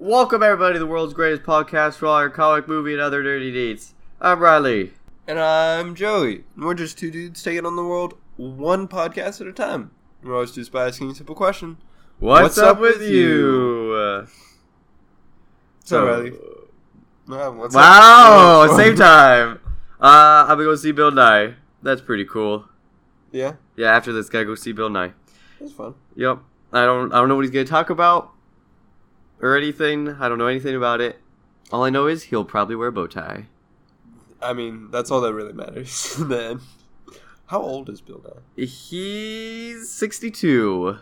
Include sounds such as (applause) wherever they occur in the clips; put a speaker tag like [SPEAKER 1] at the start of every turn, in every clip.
[SPEAKER 1] Welcome everybody to the world's greatest podcast for all your comic movie and other dirty deeds. I'm Riley.
[SPEAKER 2] And I'm Joey. And we're just two dudes taking on the world one podcast at a time. We're always just by asking a simple question.
[SPEAKER 1] What's,
[SPEAKER 2] What's
[SPEAKER 1] up,
[SPEAKER 2] up
[SPEAKER 1] with
[SPEAKER 2] with
[SPEAKER 1] you? Uh,
[SPEAKER 2] So, Riley. Uh, what's up?
[SPEAKER 1] Wow,
[SPEAKER 2] What's up?
[SPEAKER 1] same time. Uh, I'm gonna go see Bill Nye. That's pretty cool.
[SPEAKER 2] Yeah,
[SPEAKER 1] Yeah, after this, gotta go see Bill Nye.
[SPEAKER 2] that's fun.
[SPEAKER 1] Yep. I don't. I don't know what he's gonna talk about or anything. I don't know anything about it. All I know is he'll probably wear a bow tie.
[SPEAKER 2] I mean, that's all that really matters. (laughs) then, how old is Bill now?
[SPEAKER 1] He's 62.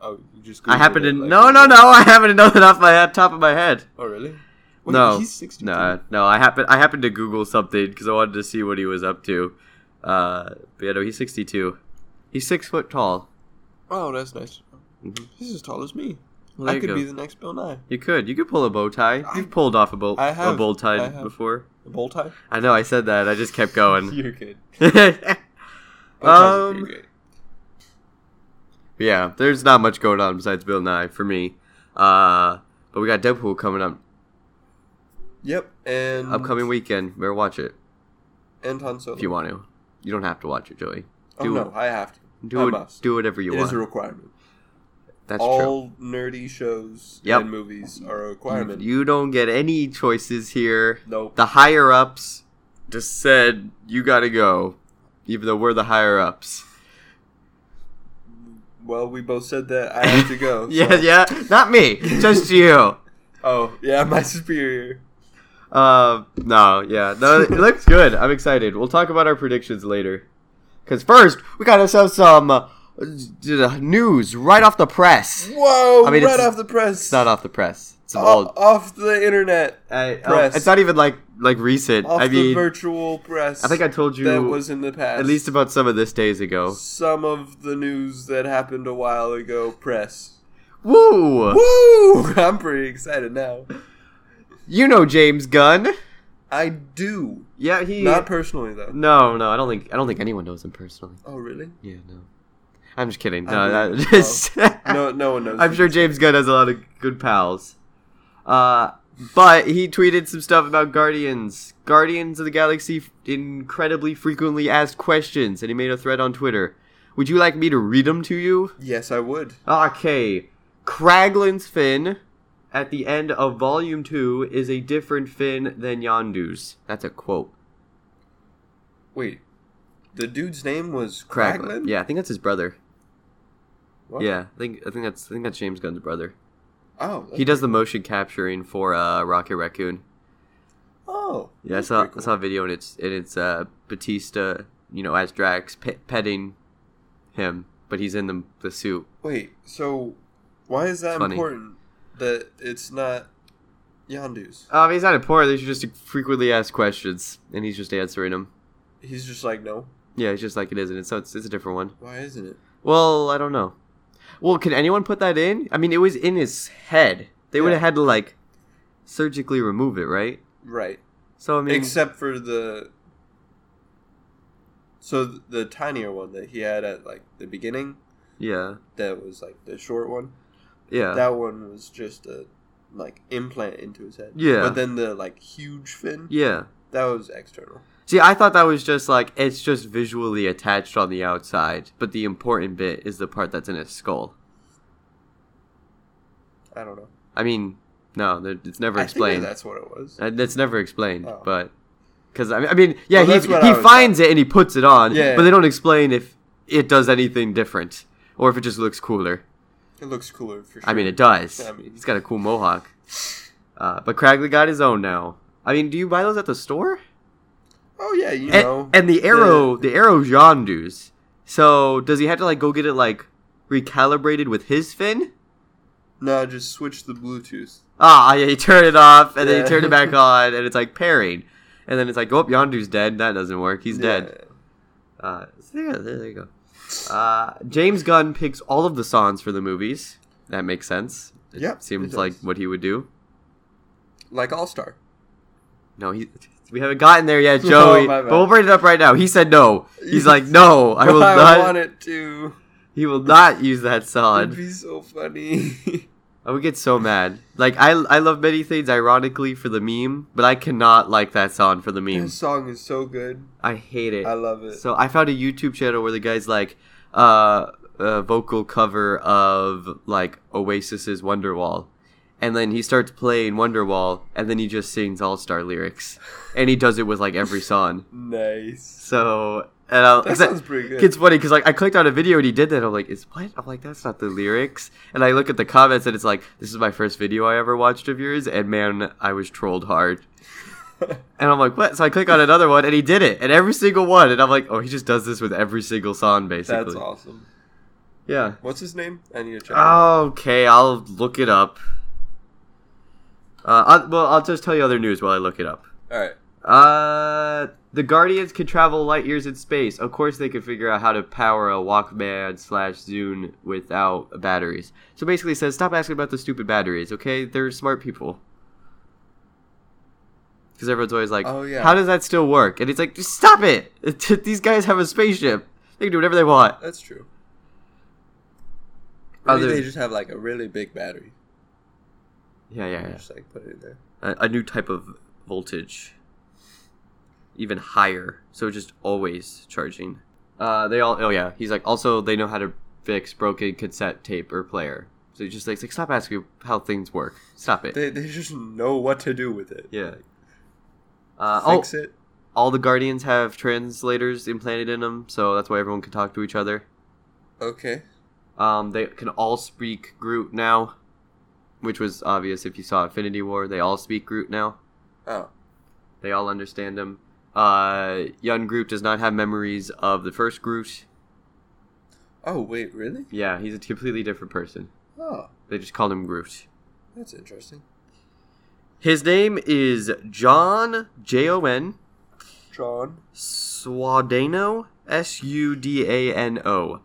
[SPEAKER 2] Oh, you just.
[SPEAKER 1] I happen
[SPEAKER 2] Googled
[SPEAKER 1] to
[SPEAKER 2] it, like-
[SPEAKER 1] no no no. I happen to know that off my head, top of my head.
[SPEAKER 2] Oh, really?
[SPEAKER 1] No.
[SPEAKER 2] he's sixty.
[SPEAKER 1] No, I- no. I happen I happened to Google something because I wanted to see what he was up to. Uh, but yeah, no, he's 62. He's six foot tall.
[SPEAKER 2] Oh, that's nice.
[SPEAKER 1] Mhm.
[SPEAKER 2] He's as tall as me.
[SPEAKER 1] Well, there
[SPEAKER 2] I
[SPEAKER 1] you
[SPEAKER 2] could
[SPEAKER 1] go.
[SPEAKER 2] be the next Bill Nye.
[SPEAKER 1] You could you could pull a bow tie.
[SPEAKER 2] I-
[SPEAKER 1] You've pulled off a bow
[SPEAKER 2] I
[SPEAKER 1] a
[SPEAKER 2] have.
[SPEAKER 1] bow tie
[SPEAKER 2] I have.
[SPEAKER 1] before.
[SPEAKER 2] A
[SPEAKER 1] (laughs)
[SPEAKER 2] bowl tie.
[SPEAKER 1] I know. I said that. I just kept
[SPEAKER 2] (laughs)
[SPEAKER 1] going. (laughs)
[SPEAKER 2] You're good. Bow ties are
[SPEAKER 1] um,
[SPEAKER 2] pretty great.
[SPEAKER 1] yeah, there's not much going on besides Bill Nye for me. Uh, but we got Deadpool coming up
[SPEAKER 2] Yep. And
[SPEAKER 1] upcoming weekend. Better watch it
[SPEAKER 2] And Han Solo.
[SPEAKER 1] if you want to. You don't have to watch it, Joey.
[SPEAKER 2] Oh
[SPEAKER 1] do-
[SPEAKER 2] no, I have to. I
[SPEAKER 1] Do it.
[SPEAKER 2] must.
[SPEAKER 1] Do whatever you
[SPEAKER 2] It is
[SPEAKER 1] want.
[SPEAKER 2] a requirement.
[SPEAKER 1] That's true.
[SPEAKER 2] all nerdy shows
[SPEAKER 1] Yep.
[SPEAKER 2] and movies are a
[SPEAKER 1] You,
[SPEAKER 2] requirement.
[SPEAKER 1] you don't get any choices here.
[SPEAKER 2] nope.
[SPEAKER 1] The higher ups just said you gotta go, even though we're the higher ups.
[SPEAKER 2] Well, we both said that I have
[SPEAKER 1] (laughs)
[SPEAKER 2] to go.
[SPEAKER 1] Yeah,
[SPEAKER 2] so-
[SPEAKER 1] yeah. Not me, just you.
[SPEAKER 2] Oh, yeah, my superior.
[SPEAKER 1] Uh, no, yeah, no, it looks good. I'm excited. We'll talk about our predictions later. Cause first we got ourselves some uh, uh, news right off the press.
[SPEAKER 2] Whoa!
[SPEAKER 1] I mean,
[SPEAKER 2] right
[SPEAKER 1] it's-
[SPEAKER 2] off the press.
[SPEAKER 1] It's not off the press. It's an
[SPEAKER 2] off,
[SPEAKER 1] old.
[SPEAKER 2] off the internet.
[SPEAKER 1] I- oh,
[SPEAKER 2] press.
[SPEAKER 1] it's not even like like recent.
[SPEAKER 2] Off
[SPEAKER 1] I
[SPEAKER 2] the
[SPEAKER 1] mean,
[SPEAKER 2] virtual press.
[SPEAKER 1] I think I told you
[SPEAKER 2] that was in the past.
[SPEAKER 1] at least about some of this days ago.
[SPEAKER 2] some of the news that happened a while ago. Press.
[SPEAKER 1] Woo!
[SPEAKER 2] Woo! (laughs) I'm pretty excited now.
[SPEAKER 1] You know James Gunn.
[SPEAKER 2] I do.
[SPEAKER 1] Yeah, he.
[SPEAKER 2] Not personally though.
[SPEAKER 1] no, no, I don't think I don't think anyone knows him personally.
[SPEAKER 2] Oh really?
[SPEAKER 1] Yeah, no. I'm just kidding. No,
[SPEAKER 2] I
[SPEAKER 1] that,
[SPEAKER 2] believe-
[SPEAKER 1] just, (laughs)
[SPEAKER 2] No, no one knows.
[SPEAKER 1] I'm sure James Gunn has a lot of good pals. Uh, but he tweeted some stuff about Guardians. Guardians of the Galaxy f- incredibly frequently asked questions, and he made a thread on Twitter. Would you like me to read them to you?
[SPEAKER 2] Yes, I would.
[SPEAKER 1] Okay. Kraglin's fin at the end of volume 2 is a different fin than Yondu's. That's a quote.
[SPEAKER 2] Wait, the dude's name was
[SPEAKER 1] Kraglin.
[SPEAKER 2] Kraglin.
[SPEAKER 1] Yeah, I think that's his brother.
[SPEAKER 2] What?
[SPEAKER 1] Yeah, I think I think that's I think that's James Gunn's brother.
[SPEAKER 2] Oh.
[SPEAKER 1] He does the motion capturing for uh Rocket Raccoon.
[SPEAKER 2] Oh.
[SPEAKER 1] Yeah, I
[SPEAKER 2] that's
[SPEAKER 1] saw
[SPEAKER 2] pretty
[SPEAKER 1] I
[SPEAKER 2] cool.
[SPEAKER 1] saw a video and it's and it's uh Batista, you know, as Drax pe- petting him, but he's in the the suit.
[SPEAKER 2] Wait. So, why is
[SPEAKER 1] It's
[SPEAKER 2] that
[SPEAKER 1] funny.
[SPEAKER 2] important? That it's not Yandu's.
[SPEAKER 1] Um, he's not important. They should just frequently ask questions, and he's just answering them.
[SPEAKER 2] He's just like, no.
[SPEAKER 1] Yeah, it's just like it is, and it's so it's, it's a different one.
[SPEAKER 2] Why isn't it?
[SPEAKER 1] Well, I don't know. Well, can anyone put that in? I mean, it was in his head. They would
[SPEAKER 2] Yeah.
[SPEAKER 1] have had to like surgically remove it, right?
[SPEAKER 2] Right.
[SPEAKER 1] So I mean,
[SPEAKER 2] Except for the. So th- the tinier one that he had at like the beginning,
[SPEAKER 1] yeah,
[SPEAKER 2] that was like the short one.
[SPEAKER 1] yeah,
[SPEAKER 2] That one was just a like implant into his head.
[SPEAKER 1] Yeah.
[SPEAKER 2] But then the like huge fin,
[SPEAKER 1] yeah.
[SPEAKER 2] that was external.
[SPEAKER 1] See, I thought that was just like it's just visually attached on the outside, but the important bit is the part that's in his skull.
[SPEAKER 2] I don't know.
[SPEAKER 1] I mean, no, there- it's never
[SPEAKER 2] I think that
[SPEAKER 1] explained.
[SPEAKER 2] that's what it was.
[SPEAKER 1] Uh, That's never explained,
[SPEAKER 2] Oh.
[SPEAKER 1] but because I mean, I mean, yeah,
[SPEAKER 2] Well, that's what
[SPEAKER 1] he
[SPEAKER 2] I
[SPEAKER 1] he
[SPEAKER 2] was-
[SPEAKER 1] finds it and he puts it on,
[SPEAKER 2] Yeah.
[SPEAKER 1] but they don't explain if it does anything different or if it just looks cooler.
[SPEAKER 2] It looks cooler for sure.
[SPEAKER 1] I mean, it does.
[SPEAKER 2] I mean-
[SPEAKER 1] he's got a cool mohawk. Uh, but Cragley got his own now. I mean, do you buy those at the store?
[SPEAKER 2] Oh yeah, you
[SPEAKER 1] and,
[SPEAKER 2] know.
[SPEAKER 1] and the arrow, the arrow Yondu's. So does he have to like go get it like recalibrated with his fin?
[SPEAKER 2] no, just switch the Bluetooth.
[SPEAKER 1] Ah, yeah, you turn it off and then
[SPEAKER 2] Yeah.
[SPEAKER 1] you turn it
[SPEAKER 2] (laughs)
[SPEAKER 1] back on, and it's like pairing. And then it's like, oh, Yondu's dead. That doesn't work. He's dead. Uh, so yeah, there, there you go. Uh, James Gunn picks all of the songs for the movies. That makes sense. It
[SPEAKER 2] Yep, it
[SPEAKER 1] seems
[SPEAKER 2] does.
[SPEAKER 1] like what he would do.
[SPEAKER 2] Like All Star.
[SPEAKER 1] No, he. We haven't gotten there yet,
[SPEAKER 2] (laughs) Oh,
[SPEAKER 1] Joey.
[SPEAKER 2] my bad.
[SPEAKER 1] but we'll bring it up right now. He said no. He's like, no,
[SPEAKER 2] (laughs)
[SPEAKER 1] I will
[SPEAKER 2] I
[SPEAKER 1] not.
[SPEAKER 2] want it to.
[SPEAKER 1] He will not use that
[SPEAKER 2] It'd
[SPEAKER 1] song.
[SPEAKER 2] be so funny. (laughs)
[SPEAKER 1] I would get so mad. Like I, I love many things ironically for the meme, but I cannot like that song for the meme.
[SPEAKER 2] This song is so good.
[SPEAKER 1] I hate it.
[SPEAKER 2] I love it.
[SPEAKER 1] So I found a YouTube channel where the guy's like, uh, a vocal cover of like Oasis's Wonderwall, and then he starts playing Wonderwall, and then he just sings All Star lyrics, and he does it with like every song.
[SPEAKER 2] nice.
[SPEAKER 1] So and I'll,
[SPEAKER 2] That sounds pretty good.
[SPEAKER 1] it's funny because like I clicked on a video and he did that. I'm like, is what? I'm like, that's not the lyrics. And I look at the comments and it's like, this is my first video I ever watched of yours, and man, I was trolled
[SPEAKER 2] (laughs)
[SPEAKER 1] hard. And I'm like, what? So I click on another one, and he did it, and every single one. And I'm like, oh, he just does this with every single song, basically. Uh,
[SPEAKER 2] That's awesome.
[SPEAKER 1] Yeah.
[SPEAKER 2] What's his name? I need to check. it.
[SPEAKER 1] Okay, I'll look it up. Uh, I, well, I'll just tell you other news while I look it up.
[SPEAKER 2] All right.
[SPEAKER 1] Uh, the Guardians could travel light years in space. Of course, they could figure out how to power a Walkman slash Zune without batteries. So basically, it says stop asking about the stupid batteries. Okay, they're smart people. Because everyone's always like,
[SPEAKER 2] Oh, yeah.
[SPEAKER 1] how does that still work?" And it's like, "Just stop it! (laughs) These guys have a spaceship. They can do whatever they want.
[SPEAKER 2] That's true. Maybe
[SPEAKER 1] Other-
[SPEAKER 2] they just have like a really big battery.
[SPEAKER 1] Yeah, yeah, yeah.
[SPEAKER 2] Just like put it in there.
[SPEAKER 1] a, a new type of voltage, even higher. So just always charging. Uh, they all. Oh yeah, he's like. Also, they know how to fix broken cassette tape or player. So he's just like, it's like, stop asking how things work. Stop it.
[SPEAKER 2] They, they just know what to do with it.
[SPEAKER 1] yeah. Uh, oh,
[SPEAKER 2] Fix it.
[SPEAKER 1] all the guardians have translators implanted in them, so that's why everyone can talk to each other.
[SPEAKER 2] Okay.
[SPEAKER 1] Um, they can all speak Groot now, which was obvious if you saw Infinity War. They all speak Groot now.
[SPEAKER 2] Oh.
[SPEAKER 1] They all understand him. Uh, young Groot does not have memories of the first Groot.
[SPEAKER 2] Oh wait, really?
[SPEAKER 1] Yeah, he's a completely different person.
[SPEAKER 2] Oh,
[SPEAKER 1] They just called him Groot.
[SPEAKER 2] that's interesting.
[SPEAKER 1] His name is John J O N
[SPEAKER 2] John.
[SPEAKER 1] Sudano S U D A N O. Uh,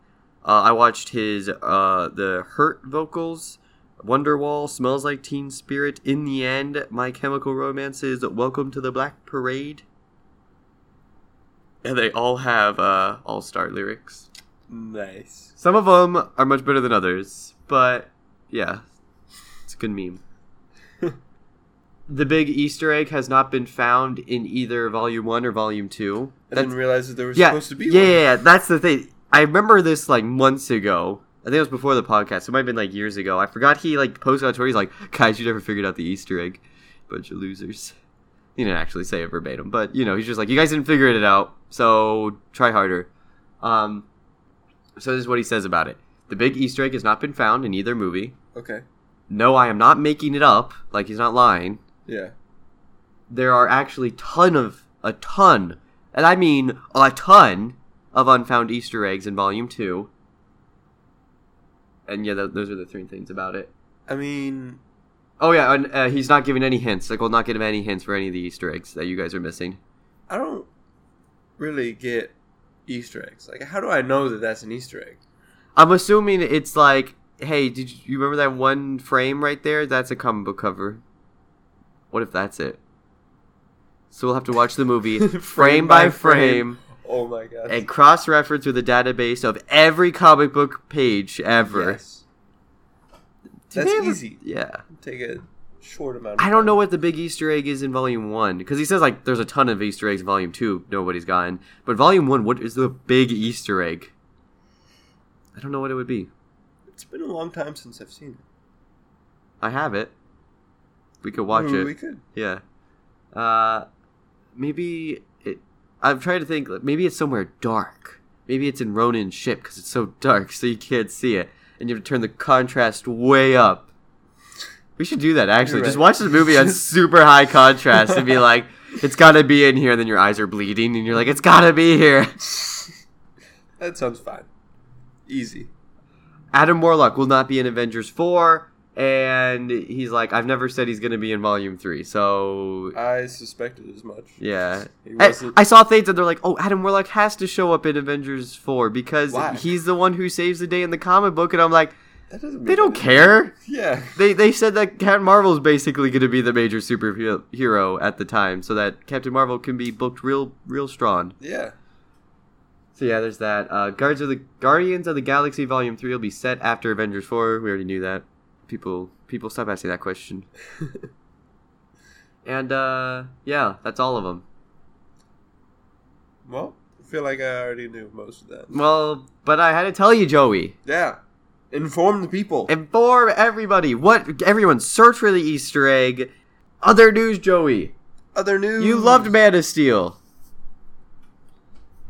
[SPEAKER 1] I watched his uh, the Hurt vocals, Wonderwall, Smells Like Teen Spirit, In the End, My Chemical Romance is Welcome to the Black Parade, and they all have uh, all star lyrics.
[SPEAKER 2] Nice.
[SPEAKER 1] Some of them are much better than others, but yeah, it's a good meme. the big Easter egg has not been found in either Volume One or Volume Two.
[SPEAKER 2] I
[SPEAKER 1] That's-
[SPEAKER 2] didn't realize that there was
[SPEAKER 1] yeah,
[SPEAKER 2] supposed to be
[SPEAKER 1] yeah,
[SPEAKER 2] one.
[SPEAKER 1] yeah, yeah, that's the thing. I remember this like months ago. I think it was before the podcast. It might have been like years ago. I forgot he like posted on Twitter. He's like, "Guys, you never figured out the Easter egg, bunch of losers." He didn't actually say it verbatim, but you know, he's just like, "You guys didn't figure it out, so try harder." Um, so this is what he says about it: the big Easter egg has not been found in either movie.
[SPEAKER 2] Okay.
[SPEAKER 1] No, I am not making it up. Like he's not lying
[SPEAKER 2] Yeah.
[SPEAKER 1] there are actually ton of a ton, and I mean a ton of unfound Easter eggs in Volume Two. And yeah, th- those are the three things about it.
[SPEAKER 2] I mean,
[SPEAKER 1] Oh yeah, and uh, he's not giving any hints. Like, we'll not give him any hints for any of the Easter eggs that you guys are missing.
[SPEAKER 2] I don't really get Easter eggs. Like, how do I know that that's an Easter egg?
[SPEAKER 1] I'm assuming it's like, hey, did you, you remember that one frame right there? That's a comic book cover. What if that's it? So we'll have to watch the movie (laughs) (laughs) frame, by frame.
[SPEAKER 2] Oh my gosh.
[SPEAKER 1] and cross reference with a database of every comic book page ever.
[SPEAKER 2] Yes.
[SPEAKER 1] Do
[SPEAKER 2] That's
[SPEAKER 1] they ever-
[SPEAKER 2] easy.
[SPEAKER 1] Yeah.
[SPEAKER 2] Take a short amount. Of
[SPEAKER 1] I don't know what the big Easter egg is in Volume 1, because he says, like, there's a ton of Easter eggs in Volume 2 nobody's gotten. But Volume 1, what is the big Easter egg? I don't know what it would be.
[SPEAKER 2] It's been a long time since I've seen it.
[SPEAKER 1] I have it. We could watch
[SPEAKER 2] Ooh,
[SPEAKER 1] it.
[SPEAKER 2] Hmm, Mm, We could.
[SPEAKER 1] Yeah. Uh, maybe it. I'm trying to think. like, Maybe it's somewhere dark. Maybe it's in Ronin's ship because it's so dark, so you can't see it, and you have to turn the contrast way up. We should do that actually.
[SPEAKER 2] You're
[SPEAKER 1] Just
[SPEAKER 2] right.
[SPEAKER 1] watch the movie
[SPEAKER 2] (laughs)
[SPEAKER 1] on super high contrast and be like, "It's gotta be in here." And then your eyes are bleeding, and you're like, "It's gotta be here."
[SPEAKER 2] That sounds fine. Easy.
[SPEAKER 1] Adam Warlock will not be in Avengers four, and he's like, "I've never said he's gonna be in Volume three, so
[SPEAKER 2] I suspected as much.
[SPEAKER 1] Yeah.
[SPEAKER 2] He
[SPEAKER 1] I,
[SPEAKER 2] wasn't-
[SPEAKER 1] I saw things and they're like, oh, Adam Warlock has to show up in Avengers 4 because
[SPEAKER 2] Why?
[SPEAKER 1] he's the one who saves the day in the comic book. And I'm like,
[SPEAKER 2] That doesn't
[SPEAKER 1] they
[SPEAKER 2] make
[SPEAKER 1] don't
[SPEAKER 2] any-
[SPEAKER 1] care.
[SPEAKER 2] Yeah.
[SPEAKER 1] They, they said that Captain Marvel's basically going to be the major superhero at the time so that Captain Marvel can be booked real real strong.
[SPEAKER 2] Yeah.
[SPEAKER 1] So yeah, there's that. Uh, Guards of the Guardians of the Galaxy Volume 3 will be set after Avengers 4. We already knew that. people people stop asking that
[SPEAKER 2] (laughs)
[SPEAKER 1] question. and uh, yeah, that's all of them.
[SPEAKER 2] Well, I feel like I already knew most of that.
[SPEAKER 1] Well, but I had to tell you, Joey.
[SPEAKER 2] Yeah. Inform the people.
[SPEAKER 1] Inform everybody. What everyone search for the Easter egg. Other news, Joey.
[SPEAKER 2] Other news.
[SPEAKER 1] You loved Man of Steel.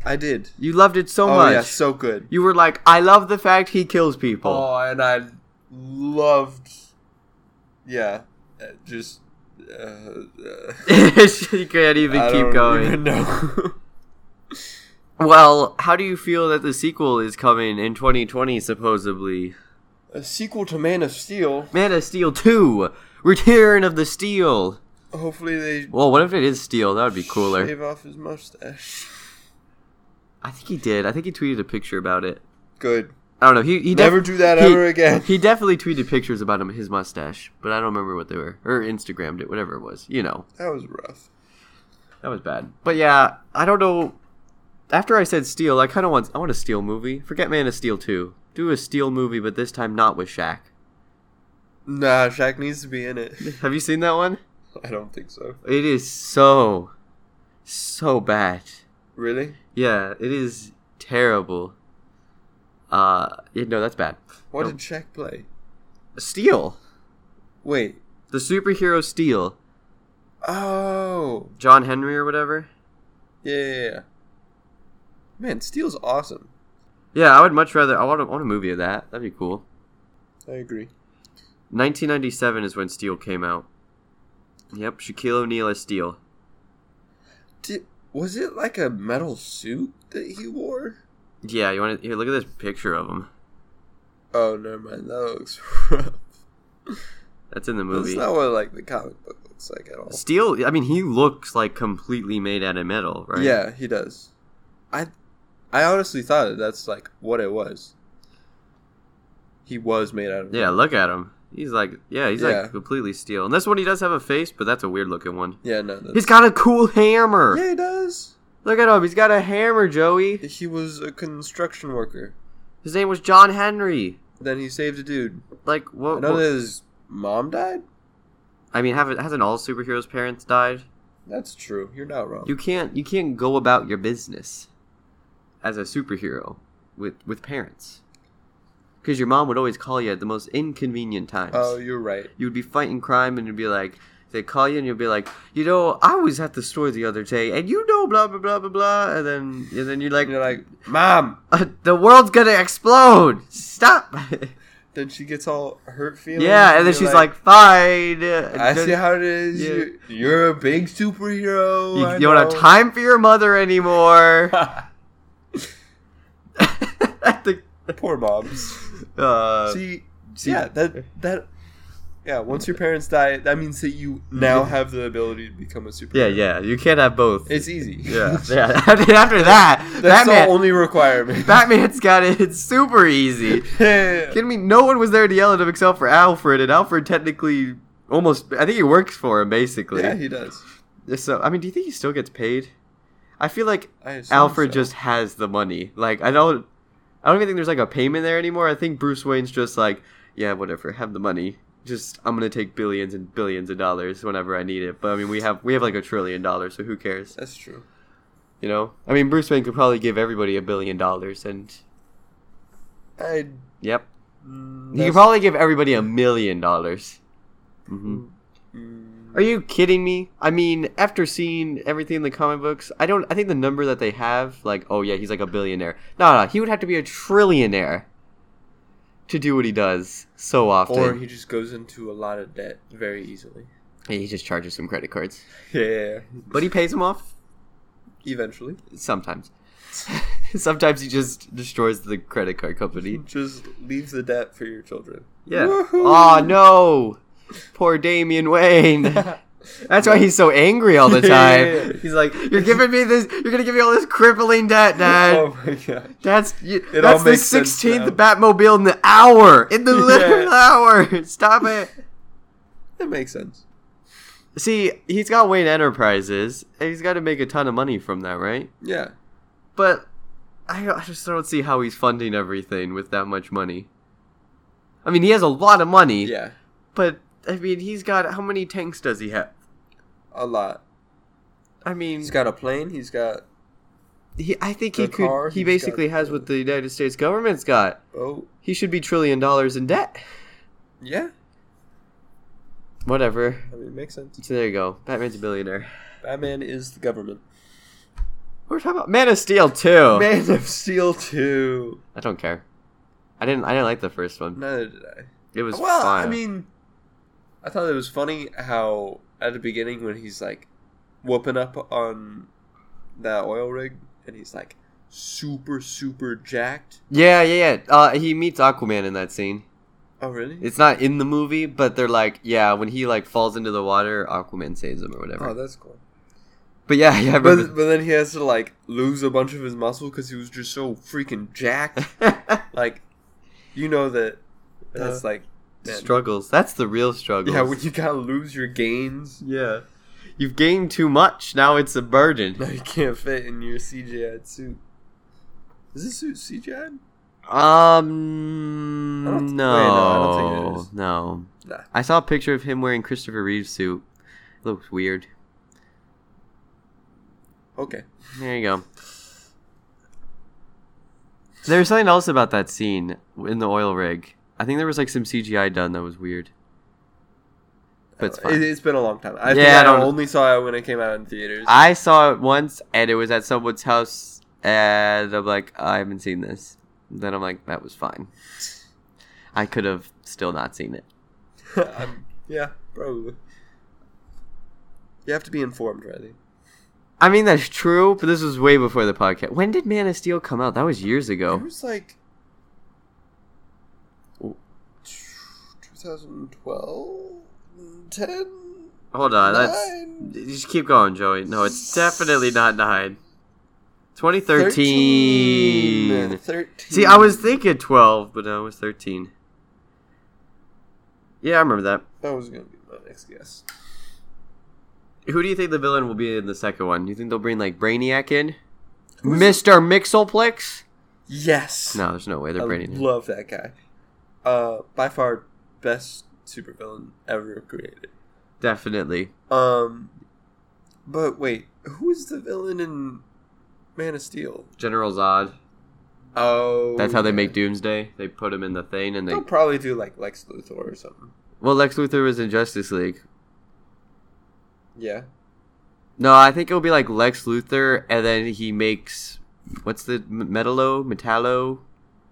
[SPEAKER 2] I did.
[SPEAKER 1] You loved it so
[SPEAKER 2] oh
[SPEAKER 1] much.
[SPEAKER 2] yeah, so good.
[SPEAKER 1] You were like, I love the fact he kills people. (laughs)
[SPEAKER 2] Oh, and I loved. Yeah, uh, just. Uh, uh,
[SPEAKER 1] you can't even
[SPEAKER 2] I
[SPEAKER 1] keep
[SPEAKER 2] don't
[SPEAKER 1] going.
[SPEAKER 2] even know.
[SPEAKER 1] (laughs)
[SPEAKER 2] (laughs)
[SPEAKER 1] Well, how do you feel that the sequel is coming in 2020, supposedly?
[SPEAKER 2] a sequel to Man of Steel.
[SPEAKER 1] Man of Steel 2! Return of the Steel!
[SPEAKER 2] Hopefully they
[SPEAKER 1] Well, what if it is Steel? That would be cooler.
[SPEAKER 2] shave off his mustache.
[SPEAKER 1] I think he did. I think he tweeted a picture about it.
[SPEAKER 2] Good.
[SPEAKER 1] I don't know. He, he
[SPEAKER 2] Never
[SPEAKER 1] def-
[SPEAKER 2] do that
[SPEAKER 1] he-
[SPEAKER 2] ever again.
[SPEAKER 1] He definitely tweeted pictures about him, his mustache, but I don't remember what they were. Or Instagrammed it, whatever it was. You know,
[SPEAKER 2] That was rough.
[SPEAKER 1] that was bad. But yeah, I don't know. After I said Steel, I kind of want I want a Steel movie. Forget Man of Steel 2. Do a Steel movie, but this time not with Shaq.
[SPEAKER 2] Nah, Shaq needs to be in it. (laughs)
[SPEAKER 1] Have you seen that one?
[SPEAKER 2] I don't think so.
[SPEAKER 1] It is so, so bad.
[SPEAKER 2] Really?
[SPEAKER 1] Yeah, it is terrible. Uh, yeah, no, that's bad.
[SPEAKER 2] What
[SPEAKER 1] No.
[SPEAKER 2] did Shaq play?
[SPEAKER 1] Steel,
[SPEAKER 2] Wait.
[SPEAKER 1] the superhero Steel,
[SPEAKER 2] Oh.
[SPEAKER 1] John Henry or whatever.
[SPEAKER 2] Yeah, yeah, yeah. Man, Steel's awesome.
[SPEAKER 1] Yeah, I would much rather. I want a, I want a movie of that. That'd be cool.
[SPEAKER 2] I agree.
[SPEAKER 1] 1997 is when Steel came out. Yep, Shaquille O'Neal as Steel.
[SPEAKER 2] Did, was it like a metal suit that he wore?
[SPEAKER 1] Yeah, you want to here? Look at this picture of him.
[SPEAKER 2] Oh, never mind. That looks (laughs) rough.
[SPEAKER 1] That's in the
[SPEAKER 2] That's
[SPEAKER 1] movie.
[SPEAKER 2] not what like the comic book looks like at all.
[SPEAKER 1] Steel. I mean, he looks like completely made out of metal, right?
[SPEAKER 2] Yeah, he does. I, I honestly thought that that's like what it was. He was made out of.
[SPEAKER 1] Yeah, look at him. He's like, yeah, he's
[SPEAKER 2] Yeah.
[SPEAKER 1] like completely steel. And this one, he does have a face, but that's a weird looking one.
[SPEAKER 2] Yeah, no. That's,
[SPEAKER 1] He's got a cool hammer.
[SPEAKER 2] yeah, he does.
[SPEAKER 1] Look at him. He's got a hammer, Joey.
[SPEAKER 2] He was a construction worker.
[SPEAKER 1] His name was John Henry.
[SPEAKER 2] Then he saved a dude.
[SPEAKER 1] Like, what?
[SPEAKER 2] Another
[SPEAKER 1] what-
[SPEAKER 2] his mom died.
[SPEAKER 1] I mean, haven't hasn't all superheroes' parents died?
[SPEAKER 2] That's true. You're not wrong.
[SPEAKER 1] You can't you can't go about your business as a superhero with with parents because your mom would always call you at the most inconvenient times.
[SPEAKER 2] oh, you're right.
[SPEAKER 1] you would be fighting crime and you'd be like they call you and you'd be like you know i was at the store the other day and you know blah blah blah blah blah and then and then you're like,
[SPEAKER 2] And you're like, mom.
[SPEAKER 1] "Uh, the world's gonna explode stop (laughs)
[SPEAKER 2] Then she gets all hurt feelings.
[SPEAKER 1] yeah and then
[SPEAKER 2] you're
[SPEAKER 1] she's like, fine
[SPEAKER 2] I see how it is.
[SPEAKER 1] Yeah.
[SPEAKER 2] You're, you're a big superhero.
[SPEAKER 1] you,
[SPEAKER 2] I
[SPEAKER 1] you don't have
[SPEAKER 2] know."
[SPEAKER 1] time for your mother anymore (laughs) I think,
[SPEAKER 2] (laughs) Poor moms.
[SPEAKER 1] uh,
[SPEAKER 2] see,
[SPEAKER 1] see-
[SPEAKER 2] yeah, that that yeah. Once your parents die, that means that you now have the ability to become a superhero.
[SPEAKER 1] Mm-hmm. yeah yeah you can't have both
[SPEAKER 2] it's easy.
[SPEAKER 1] (laughs)
[SPEAKER 2] (laughs)
[SPEAKER 1] yeah yeah (laughs) I mean, after that
[SPEAKER 2] that's
[SPEAKER 1] batman
[SPEAKER 2] the only requirement.
[SPEAKER 1] batman's got it it's super easy
[SPEAKER 2] (laughs) Yeah.
[SPEAKER 1] (laughs) kidding me? No one was there to yell at him except for Alfred, and Alfred technically almost. I think he works for him basically.
[SPEAKER 2] yeah, he does.
[SPEAKER 1] So I mean, do you think he still gets paid? I feel like
[SPEAKER 2] I assume
[SPEAKER 1] Alfred
[SPEAKER 2] so.
[SPEAKER 1] just has the money. Like I don't, I don't even think there's like a payment there anymore. I think Bruce Wayne's just like, yeah, whatever, have the money. Just I'm gonna take billions and billions of dollars whenever I need it. But I mean, we have we have like a trillion dollars, so who cares?
[SPEAKER 2] That's true.
[SPEAKER 1] You know? I mean, Bruce Wayne could probably give everybody a billion dollars, and
[SPEAKER 2] I.
[SPEAKER 1] yep,
[SPEAKER 2] mm,
[SPEAKER 1] he could
[SPEAKER 2] that's-
[SPEAKER 1] probably give everybody a million dollars. Mm-hmm.
[SPEAKER 2] mm,
[SPEAKER 1] Are you kidding me? I mean, after seeing everything in the comic books, I don't. I think the number that they have, like, oh yeah, he's like a billionaire. No, no, he would have to be a trillionaire to do what he does so often.
[SPEAKER 2] Or he just goes into a lot of debt very easily.
[SPEAKER 1] he just charges some credit cards,
[SPEAKER 2] Yeah.
[SPEAKER 1] but he pays them off
[SPEAKER 2] Eventually.
[SPEAKER 1] sometimes. (laughs) sometimes he just destroys the credit card company.
[SPEAKER 2] Just leave the debt for
[SPEAKER 1] (laughs)
[SPEAKER 2] your children.
[SPEAKER 1] Yeah.
[SPEAKER 2] Woohoo.
[SPEAKER 1] Oh no, poor Damian
[SPEAKER 2] (laughs)
[SPEAKER 1] Wayne. That's why he's so angry all the
[SPEAKER 2] Yeah,
[SPEAKER 1] time.
[SPEAKER 2] yeah, yeah.
[SPEAKER 1] He's like, "You're giving me this. You're gonna give me all this crippling debt, Dad."
[SPEAKER 2] oh my god.
[SPEAKER 1] That's you,
[SPEAKER 2] It
[SPEAKER 1] that's
[SPEAKER 2] all
[SPEAKER 1] the
[SPEAKER 2] makes sense
[SPEAKER 1] sixteenth
[SPEAKER 2] now.
[SPEAKER 1] Batmobile in the hour in the
[SPEAKER 2] (laughs) Yeah.
[SPEAKER 1] literal hour. Stop it.
[SPEAKER 2] That makes sense.
[SPEAKER 1] See, he's got Wayne Enterprises, and he's got to make a ton of money from that, right?
[SPEAKER 2] Yeah.
[SPEAKER 1] But I, I just don't see how he's funding everything with that much money. I mean, he has a lot of money,
[SPEAKER 2] Yeah,
[SPEAKER 1] but I mean, he's got how many tanks does he have?
[SPEAKER 2] a lot.
[SPEAKER 1] I mean,
[SPEAKER 2] He's got a plane. He's got
[SPEAKER 1] he, I think
[SPEAKER 2] the
[SPEAKER 1] he could.
[SPEAKER 2] car,
[SPEAKER 1] he
[SPEAKER 2] he's
[SPEAKER 1] basically
[SPEAKER 2] got
[SPEAKER 1] has
[SPEAKER 2] the-
[SPEAKER 1] what the United States government's got.
[SPEAKER 2] boat.
[SPEAKER 1] He should be trillion dollars in debt.
[SPEAKER 2] oh, Yeah,
[SPEAKER 1] Whatever.
[SPEAKER 2] I mean, makes sense.
[SPEAKER 1] So there you go. Batman's a billionaire.
[SPEAKER 2] Batman is the government.
[SPEAKER 1] We're talking about Man of Steel too.
[SPEAKER 2] Man of Steel two.
[SPEAKER 1] I don't care. I didn't. I didn't like the first one.
[SPEAKER 2] Neither did I.
[SPEAKER 1] It was
[SPEAKER 2] well, I
[SPEAKER 1] fine.
[SPEAKER 2] mean, I thought it was funny how at the beginning when he's like whooping up on that oil rig and he's like super super jacked.
[SPEAKER 1] yeah, yeah, yeah. Uh, he meets Aquaman in that scene.
[SPEAKER 2] Oh really?
[SPEAKER 1] It's not in the movie, but they're like, yeah, when he like falls into the water, Aquaman saves him or whatever.
[SPEAKER 2] oh, that's cool.
[SPEAKER 1] but yeah, yeah. I
[SPEAKER 2] But
[SPEAKER 1] remember-
[SPEAKER 2] but then he has to like lose a bunch of his muscle because he was just so freaking jacked.
[SPEAKER 1] (laughs)
[SPEAKER 2] (laughs) like, you know that that's
[SPEAKER 1] Uh,
[SPEAKER 2] like man.
[SPEAKER 1] struggles. That's the real struggle.
[SPEAKER 2] Yeah, when you gotta lose your gains.
[SPEAKER 1] yeah. You've gained too much. Now it's a burden.
[SPEAKER 2] Now you can't fit in your CGI suit. Is this suit CGI?
[SPEAKER 1] Um, no,
[SPEAKER 2] I don't th- wait, no, I don't think it is.
[SPEAKER 1] no.
[SPEAKER 2] Nah.
[SPEAKER 1] I saw a picture of him wearing Christopher Reeve's suit. It looks weird.
[SPEAKER 2] Okay.
[SPEAKER 1] There you go. There was something else about that scene in the oil rig. I think there was like some CGI done that was weird. But it's
[SPEAKER 2] Uh,
[SPEAKER 1] fine.
[SPEAKER 2] It, has been a long time. I think
[SPEAKER 1] Yeah, I
[SPEAKER 2] I
[SPEAKER 1] don't-
[SPEAKER 2] only saw it when it came out in theaters.
[SPEAKER 1] I saw it once, and it was at someone's house, and I'm like, I haven't seen this. Then I'm like, that was fine. I could have still not seen it. Ah.
[SPEAKER 2] (laughs) I'm- Um, yeah, probably. You have to be informed, Riley.
[SPEAKER 1] I mean, that's true, but this was way before the podcast. When did Man of Steel come out? That was years
[SPEAKER 2] It
[SPEAKER 1] ago.
[SPEAKER 2] was like
[SPEAKER 1] Oh.
[SPEAKER 2] 2012, 10.
[SPEAKER 1] Hold on, Uh, that's
[SPEAKER 2] Nine?
[SPEAKER 1] just keep going, Joey. No, it's definitely not nine.
[SPEAKER 2] 13.
[SPEAKER 1] 2013.
[SPEAKER 2] 13.
[SPEAKER 1] See, I was thinking 12, but no, it was 13. Yeah, I remember that.
[SPEAKER 2] That was gonna be my next guess.
[SPEAKER 1] Who do you think the villain will be in the second one? You think they'll bring like Brainiac in?
[SPEAKER 2] Who's-
[SPEAKER 1] Mr. Mixelplex?
[SPEAKER 2] Yes.
[SPEAKER 1] No, there's no way they're
[SPEAKER 2] I
[SPEAKER 1] Brainiac.
[SPEAKER 2] love that guy. Uh, by far best supervillain ever created.
[SPEAKER 1] Definitely.
[SPEAKER 2] Um, but wait, who is the villain in Man of Steel?
[SPEAKER 1] General Zod.
[SPEAKER 2] Oh,
[SPEAKER 1] That's how they
[SPEAKER 2] yeah.
[SPEAKER 1] make Doomsday. They put him in the thing and they
[SPEAKER 2] They'll probably do like Lex Luthor or something.
[SPEAKER 1] Well, Lex Luthor was in Justice League.
[SPEAKER 2] Yeah,
[SPEAKER 1] No, I think it'll be like Lex Luthor and then he makes what's the M- Metallo, Metallo?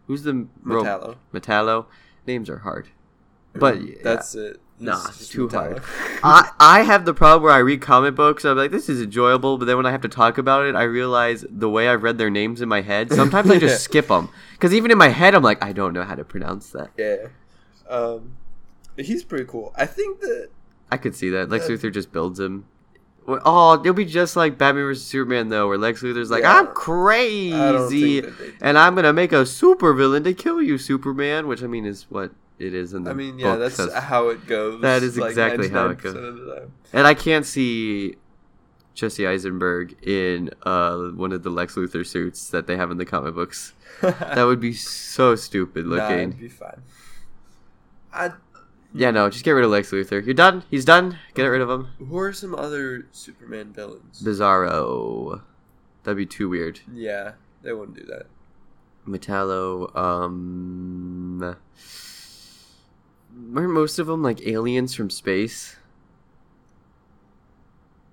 [SPEAKER 1] Who's the m- ro-
[SPEAKER 2] Metallo.
[SPEAKER 1] Metallo? Names are hard. But
[SPEAKER 2] That's it.
[SPEAKER 1] Nah,
[SPEAKER 2] This is
[SPEAKER 1] it's
[SPEAKER 2] just
[SPEAKER 1] too
[SPEAKER 2] (laughs) Metallo.
[SPEAKER 1] I, I have the problem where I read comic books. I'm like, this is enjoyable, but then when I have to talk about it, I realize the way I've read their names in my head. Sometimes I just skip them because even in my head, I'm like, I don't know how to pronounce that.
[SPEAKER 2] yeah. Um, he's pretty cool. I think that
[SPEAKER 1] I could see that Lex
[SPEAKER 2] Yeah.
[SPEAKER 1] Luthor just builds him. Well, Oh, it'll be just like Batman vs Superman though, where Lex Luthor's like,
[SPEAKER 2] Yeah.
[SPEAKER 1] I'm
[SPEAKER 2] I don't
[SPEAKER 1] crazy,
[SPEAKER 2] think that they.
[SPEAKER 1] and I'm gonna make a supervillain to kill you, Superman. Which I mean is what it is in the.
[SPEAKER 2] I mean, yeah,
[SPEAKER 1] book,
[SPEAKER 2] that's
[SPEAKER 1] so-
[SPEAKER 2] how it goes.
[SPEAKER 1] That is exactly how it
[SPEAKER 2] 99%
[SPEAKER 1] goes.
[SPEAKER 2] of the time.
[SPEAKER 1] And I can't see Jesse Eisenberg in uh, one of the Lex Luthor suits that they have in the comic
[SPEAKER 2] (laughs)
[SPEAKER 1] books. (laughs) That would be so stupid
[SPEAKER 2] Nah,
[SPEAKER 1] looking.
[SPEAKER 2] it'd be fine. I,
[SPEAKER 1] Yeah, no, just get rid of Lex Luthor. You're done. He's done. Get rid of him.
[SPEAKER 2] who are some other Superman villains?
[SPEAKER 1] Bizarro. That'd be too weird.
[SPEAKER 2] yeah, they wouldn't do that.
[SPEAKER 1] Metallo. Um. Weren't most of them like aliens from space?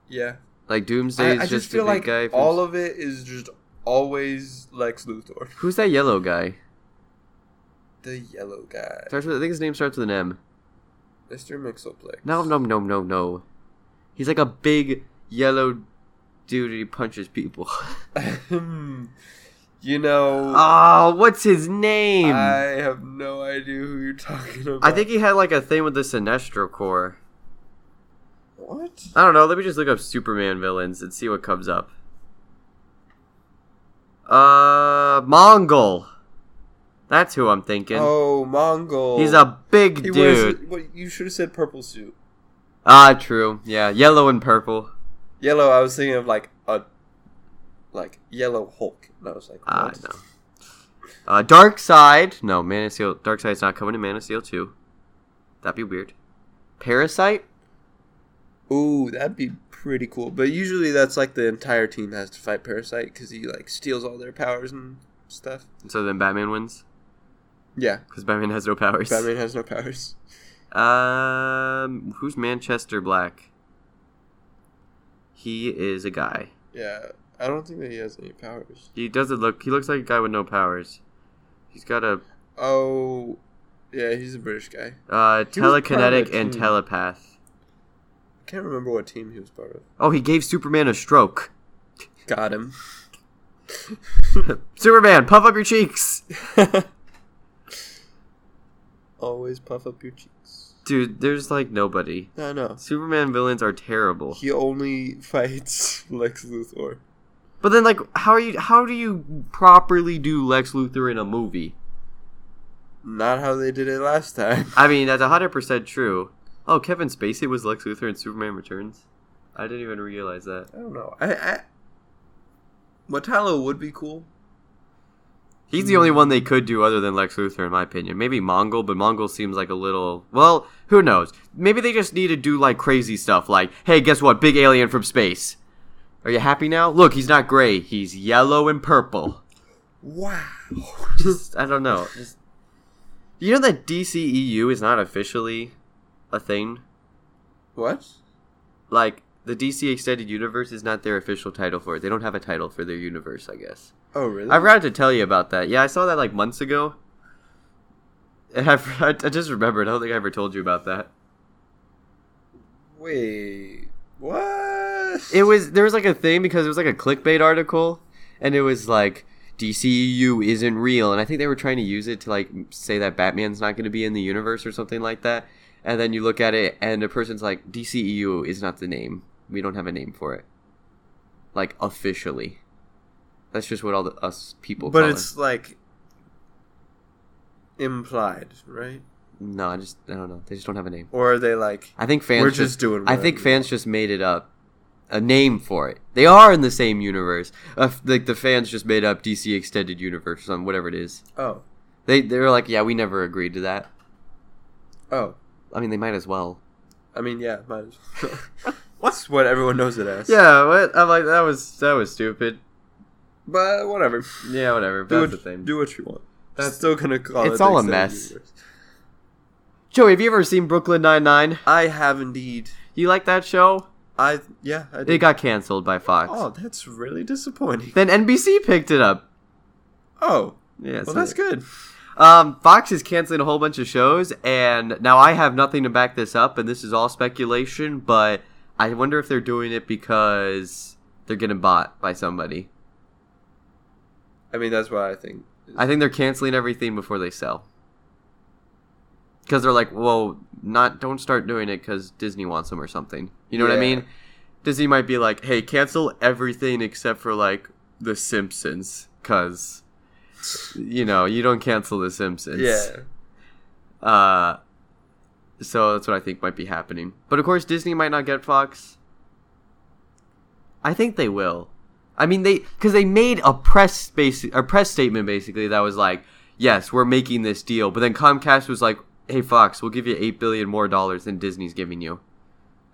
[SPEAKER 2] Yeah,
[SPEAKER 1] Like
[SPEAKER 2] I,
[SPEAKER 1] Doomsday's
[SPEAKER 2] I just,
[SPEAKER 1] just, a
[SPEAKER 2] feel
[SPEAKER 1] big
[SPEAKER 2] like
[SPEAKER 1] guy. From...
[SPEAKER 2] all of it is just always Lex Luthor, (laughs)
[SPEAKER 1] Who's that yellow guy?
[SPEAKER 2] the yellow guy,
[SPEAKER 1] Starts with, I think his name starts with an M.
[SPEAKER 2] Mister Mixoplex.
[SPEAKER 1] No, no, no, no, no. He's like a big yellow dude and he punches people. (laughs)
[SPEAKER 2] no. (laughs) you know,
[SPEAKER 1] oh, what's his name? I,
[SPEAKER 2] I have no idea who you're talking about.
[SPEAKER 1] think he had like a thing with the Sinestro Corps.
[SPEAKER 2] what?
[SPEAKER 1] I don't know. Let me just look up Superman villains and see what comes up. Uh, Mongol. That's who I'm thinking.
[SPEAKER 2] Oh, Mongol.
[SPEAKER 1] He's a big
[SPEAKER 2] He wears.
[SPEAKER 1] dude.
[SPEAKER 2] What you should have said, purple suit.
[SPEAKER 1] Ah, true. Yeah, yellow and purple.
[SPEAKER 2] Yellow. I was thinking of like a, like yellow Hulk, and I was like,
[SPEAKER 1] Ah,
[SPEAKER 2] what?
[SPEAKER 1] no. Uh, Dark Side. No, Man of Steel. Dark Side's not coming to Man of Steel 2. That'd be weird. Parasite?
[SPEAKER 2] Ooh, that'd be pretty cool. But usually that's like the entire team has to fight Parasite because he like steals all their powers and stuff.
[SPEAKER 1] So then Batman wins?
[SPEAKER 2] Yeah,
[SPEAKER 1] Because Batman has no powers.
[SPEAKER 2] Batman has no powers. (laughs)
[SPEAKER 1] Um, who's Manchester Black? He is a guy.
[SPEAKER 2] Yeah, I don't think that he has any powers.
[SPEAKER 1] He doesn't look. He looks like a guy with no powers. He's got a
[SPEAKER 2] Oh, yeah, he's a British guy.
[SPEAKER 1] uh,
[SPEAKER 2] He was part of
[SPEAKER 1] telekinetic
[SPEAKER 2] a
[SPEAKER 1] and
[SPEAKER 2] team.
[SPEAKER 1] telepath.
[SPEAKER 2] I can't remember what team he was part of.
[SPEAKER 1] Oh, he gave Superman a stroke.
[SPEAKER 2] Got him.
[SPEAKER 1] Superman, puff up your cheeks,
[SPEAKER 2] (laughs) Always puff up your cheeks.
[SPEAKER 1] dude. There's like nobody.
[SPEAKER 2] No, no.
[SPEAKER 1] Superman villains are terrible.
[SPEAKER 2] He only (laughs) fights Lex Luthor.
[SPEAKER 1] But then, like, how are you? How do you properly do Lex Luthor in a movie?
[SPEAKER 2] Not how they did it last time.
[SPEAKER 1] I mean, that's hundred percent true. Oh, Kevin Spacey was Lex Luthor in Superman Returns. I didn't even realize that.
[SPEAKER 2] I don't know. I, I Metallo would be cool.
[SPEAKER 1] He's the only one they could do other than Lex Luthor, in my opinion. Maybe Mongol, but Mongol seems like a little. Well, who knows? Maybe they just need to do like crazy stuff, like, hey, guess what? Big alien from space. Are you happy now? Look, he's not gray. He's yellow and purple.
[SPEAKER 2] Wow.
[SPEAKER 1] Just, I don't know. Just, you know that DCEU is not officially a thing?
[SPEAKER 2] what?
[SPEAKER 1] Like, the DC Extended Universe is not their official title for it. They don't have a title for their universe, I guess.
[SPEAKER 2] Oh, really?
[SPEAKER 1] I forgot to tell you about that. Yeah, I saw that like months ago. (laughs) And I, forgot- I just remembered. I don't think I ever told you about that.
[SPEAKER 2] Wait. What?
[SPEAKER 1] It was there was like a thing because it was like a clickbait article, and it was like DCU isn't real, and I think they were trying to use it to like say that Batman's not going to be in the universe or something like that. And then you look at it, and the person's like, DCEU is not the name. We don't have a name for it, like officially. That's just what all the us people.
[SPEAKER 2] But
[SPEAKER 1] call it.
[SPEAKER 2] it's like implied, right?
[SPEAKER 1] no, I just I don't know. They just don't have a name.
[SPEAKER 2] Or are they like
[SPEAKER 1] I think fans
[SPEAKER 2] we're
[SPEAKER 1] just,
[SPEAKER 2] just, doing?
[SPEAKER 1] I
[SPEAKER 2] whatever
[SPEAKER 1] think
[SPEAKER 2] we
[SPEAKER 1] fans just made it up, a name for it. They are in the same universe. Uh, f- like the fans just made up DC Extended Universe, or something, whatever it is.
[SPEAKER 2] want?
[SPEAKER 1] They they were like, yeah, we never agreed to that.
[SPEAKER 2] Oh, oh.
[SPEAKER 1] I mean, they might as well.
[SPEAKER 2] I mean, yeah, might as well.
[SPEAKER 1] (laughs)
[SPEAKER 2] That's what everyone knows it as.
[SPEAKER 1] Yeah, what? I'm like, that was that was stupid.
[SPEAKER 2] but whatever.
[SPEAKER 1] Yeah, whatever.
[SPEAKER 2] Do
[SPEAKER 1] That's the
[SPEAKER 2] what,
[SPEAKER 1] thing.
[SPEAKER 2] do what you want.
[SPEAKER 1] That's-
[SPEAKER 2] That's still gonna call
[SPEAKER 1] it's
[SPEAKER 2] it the
[SPEAKER 1] all a
[SPEAKER 2] extended
[SPEAKER 1] mess.
[SPEAKER 2] universe.
[SPEAKER 1] Joey, have you ever seen Brooklyn Nine Nine?
[SPEAKER 2] I have indeed.
[SPEAKER 1] You like that show?
[SPEAKER 2] I yeah. I
[SPEAKER 1] It
[SPEAKER 2] did.
[SPEAKER 1] got canceled by Fox.
[SPEAKER 2] oh, that's really disappointing.
[SPEAKER 1] Then NBC picked it up.
[SPEAKER 2] Oh,
[SPEAKER 1] Yeah, so-
[SPEAKER 2] well, that's good.
[SPEAKER 1] Um, Fox is canceling a whole bunch of shows, and now I have nothing to back this up, and this is all speculation, but I wonder if they're doing it because they're getting bought by somebody.
[SPEAKER 2] I mean, that's what I think.
[SPEAKER 1] I think they're canceling everything before they sell. Because they're like, whoa, not don't start doing it because Disney wants them or something. You know what I
[SPEAKER 2] Yeah.
[SPEAKER 1] mean? Disney might be like, hey, cancel everything except for like The Simpsons, because you know you don't cancel The Simpsons.
[SPEAKER 2] yeah.
[SPEAKER 1] Uh, so that's what I think might be happening. But of course, Disney might not get Fox. I think they will. I mean, they because they made a press basi- a press statement basically that was like, "Yes, we're making this deal." But then Comcast was like, "Hey, Fox, we'll give you eight billion more dollars than Disney's giving you."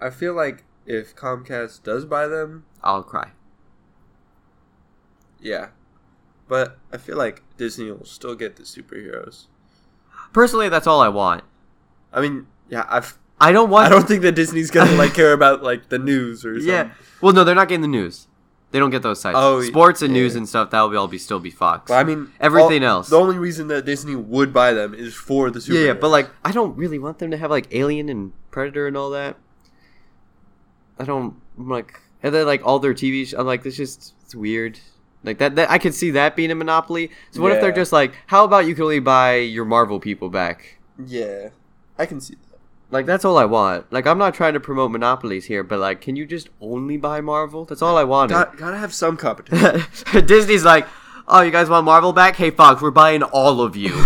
[SPEAKER 2] I feel like if Comcast does buy them,
[SPEAKER 1] I'll cry.
[SPEAKER 2] yeah. But I feel like Disney will still get the superheroes.
[SPEAKER 1] Personally, that's all I want.
[SPEAKER 2] I mean, yeah, I've,
[SPEAKER 1] I don't want.
[SPEAKER 2] I
[SPEAKER 1] (laughs)
[SPEAKER 2] don't think that Disney's gonna like care about like the news (laughs) or something.
[SPEAKER 1] Yeah. Well, no, they're not getting the news. They don't get those sites.
[SPEAKER 2] Oh,
[SPEAKER 1] sports and
[SPEAKER 2] yeah.
[SPEAKER 1] news and stuff that will be all be still be Fox.
[SPEAKER 2] But I mean,
[SPEAKER 1] Everything
[SPEAKER 2] all-
[SPEAKER 1] else.
[SPEAKER 2] The only reason that Disney would buy them is for the superheroes.
[SPEAKER 1] Yeah, yeah, but like I don't really want them to have like Alien and Predator and all that. I don't I'm like, and then like all their TV. Sh- I'm like, this just it's weird. Like that, that I could see that being a monopoly. So what if they're
[SPEAKER 2] Yeah.
[SPEAKER 1] just like, how about you can only buy your Marvel people back?
[SPEAKER 2] yeah, I can see that.
[SPEAKER 1] Like that's all I want. Like I'm not trying to promote monopolies here, but like, can you just only buy Marvel? That's all I wanted.
[SPEAKER 2] Got, gotta have some competition.
[SPEAKER 1] (laughs) Disney's like, oh, you guys want Marvel back? Hey Fox, we're buying all of you.
[SPEAKER 2] (laughs)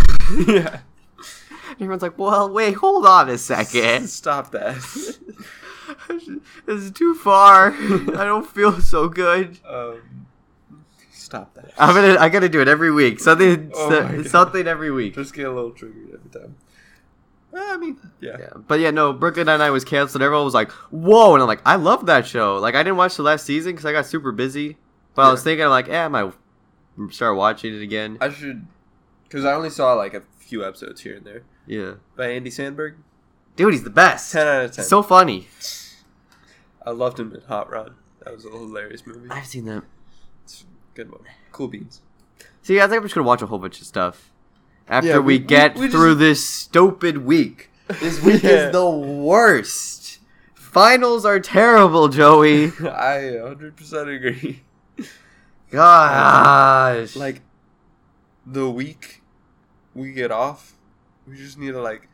[SPEAKER 2] yeah, (laughs)
[SPEAKER 1] And everyone's like, well, wait, hold on a second.
[SPEAKER 2] (laughs) stop that.
[SPEAKER 1] (laughs) this is too far. I don't feel so good.
[SPEAKER 2] um, Stop that.
[SPEAKER 1] I'm gonna I gotta do it every week. Something
[SPEAKER 2] Oh
[SPEAKER 1] so-
[SPEAKER 2] my God.
[SPEAKER 1] something every week.
[SPEAKER 2] Just get a little triggered every time. Uh, I mean, yeah.
[SPEAKER 1] Yeah. But yeah, no, Brooklyn Nine Nine was canceled. Everyone was like, "Whoa!" And I'm like, "I love that show." Like, I didn't watch the last season because I got super busy. But I was
[SPEAKER 2] Yeah.
[SPEAKER 1] thinking, I'm like, "Yeah, I might start watching it again."
[SPEAKER 2] I should, because I only saw like a few episodes here and there.
[SPEAKER 1] yeah,
[SPEAKER 2] By Andy Sandberg,
[SPEAKER 1] dude, he's the best.
[SPEAKER 2] ten out of ten.
[SPEAKER 1] So funny.
[SPEAKER 2] I loved him in Hot Rod. That was a hilarious movie.
[SPEAKER 1] I've seen that.
[SPEAKER 2] It's a good one. Cool beans.
[SPEAKER 1] See, I think I'm just gonna watch a whole bunch of stuff after
[SPEAKER 2] Yeah,
[SPEAKER 1] we,
[SPEAKER 2] we- we-
[SPEAKER 1] get
[SPEAKER 2] we just-
[SPEAKER 1] through this stupid week. This week
[SPEAKER 2] Yeah.
[SPEAKER 1] is the worst. Finals are terrible, Joey.
[SPEAKER 2] (laughs) I 100 percent agree.
[SPEAKER 1] Gosh, (laughs)
[SPEAKER 2] Like the week we get off, we just need to like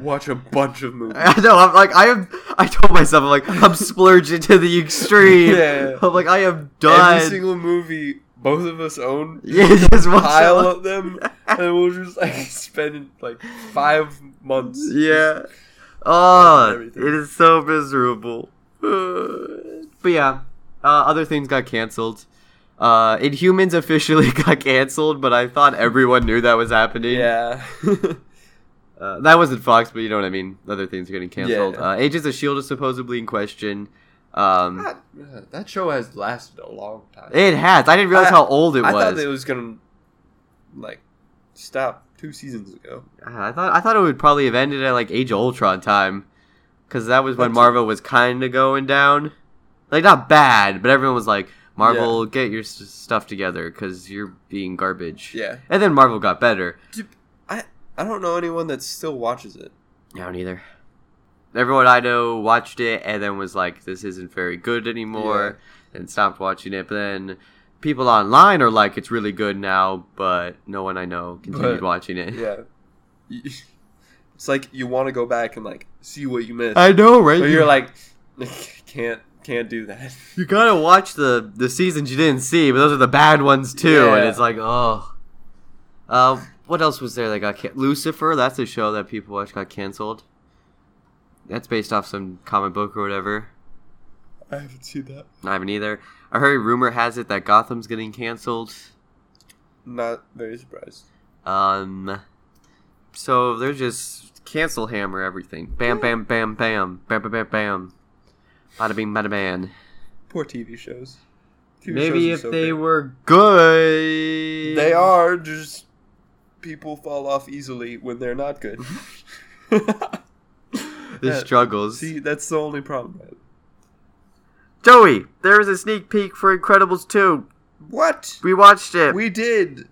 [SPEAKER 2] watch a bunch of movies.
[SPEAKER 1] I know. I'm like I am. I told myself I'm like I'm splurging to the
[SPEAKER 2] (laughs)
[SPEAKER 1] extreme.
[SPEAKER 2] Yeah.
[SPEAKER 1] I'm like I am done.
[SPEAKER 2] Every single movie both of us own
[SPEAKER 1] (laughs) yeah, just watch
[SPEAKER 2] pile
[SPEAKER 1] all-
[SPEAKER 2] of them, and we'll just like (laughs) spend like five months.
[SPEAKER 1] Yeah. Oh, it
[SPEAKER 2] Everything.
[SPEAKER 1] is so miserable. (sighs) but yeah, uh, other things got canceled. Uh, Inhumans officially (laughs) got canceled, but I thought everyone knew that was happening. (laughs)
[SPEAKER 2] Yeah.
[SPEAKER 1] Uh, that wasn't Fox, but you know what I mean. Other things are getting canceled.
[SPEAKER 2] Yeah.
[SPEAKER 1] Uh, Agents of Shield is supposedly in question. Um,
[SPEAKER 2] that, uh, that show has lasted a long time.
[SPEAKER 1] it has. I didn't realize
[SPEAKER 2] I-
[SPEAKER 1] how old it
[SPEAKER 2] I
[SPEAKER 1] was.
[SPEAKER 2] thought it was gonna like stop two seasons ago.
[SPEAKER 1] I thought I thought it would probably have ended at like Age of Ultron time, because that was when
[SPEAKER 2] That's-
[SPEAKER 1] Marvel was kind of going down, like not bad, but everyone was like, "Marvel, get your s- stuff together, because you're being garbage."
[SPEAKER 2] Yeah.
[SPEAKER 1] And then Marvel got better.
[SPEAKER 2] I I don't know anyone that still watches it.
[SPEAKER 1] I don't either. Everyone I know watched it and then was like, "This isn't very good anymore," and stopped watching it. But then people online are like, "It's really good now," but no one I know continued
[SPEAKER 2] But-
[SPEAKER 1] watching it.
[SPEAKER 2] Yeah. it's like you want to go back and like see what you
[SPEAKER 1] (laughs)
[SPEAKER 2] missed,
[SPEAKER 1] I know, right?
[SPEAKER 2] but you're like (laughs) can't can't do that.
[SPEAKER 1] You gotta watch the the seasons you didn't see, but those are the bad ones too. And
[SPEAKER 2] Yeah.
[SPEAKER 1] it's like, oh. Uh, what else was there that got can- Lucifer? That's a show that people watch got canceled. That's based off some comic book or whatever.
[SPEAKER 2] I haven't seen that.
[SPEAKER 1] I haven't either. I heard rumor has it that Gotham's getting canceled.
[SPEAKER 2] Not very surprised.
[SPEAKER 1] Um, so they're just cancel hammer everything. Bam, bam, bam, bam, bam, bam, bam, bam. Bada bing, bada ban.
[SPEAKER 2] Poor TV shows. TV
[SPEAKER 1] Maybe
[SPEAKER 2] shows are
[SPEAKER 1] if
[SPEAKER 2] so
[SPEAKER 1] they
[SPEAKER 2] big.
[SPEAKER 1] were good,
[SPEAKER 2] they are just people fall off easily when they're not good.
[SPEAKER 1] the
[SPEAKER 2] Yeah.
[SPEAKER 1] struggles.
[SPEAKER 2] (laughs) See, that's the only problem.
[SPEAKER 1] Joey, there is a sneak peek for Incredibles 2.
[SPEAKER 2] What?
[SPEAKER 1] We watched it.
[SPEAKER 2] We did.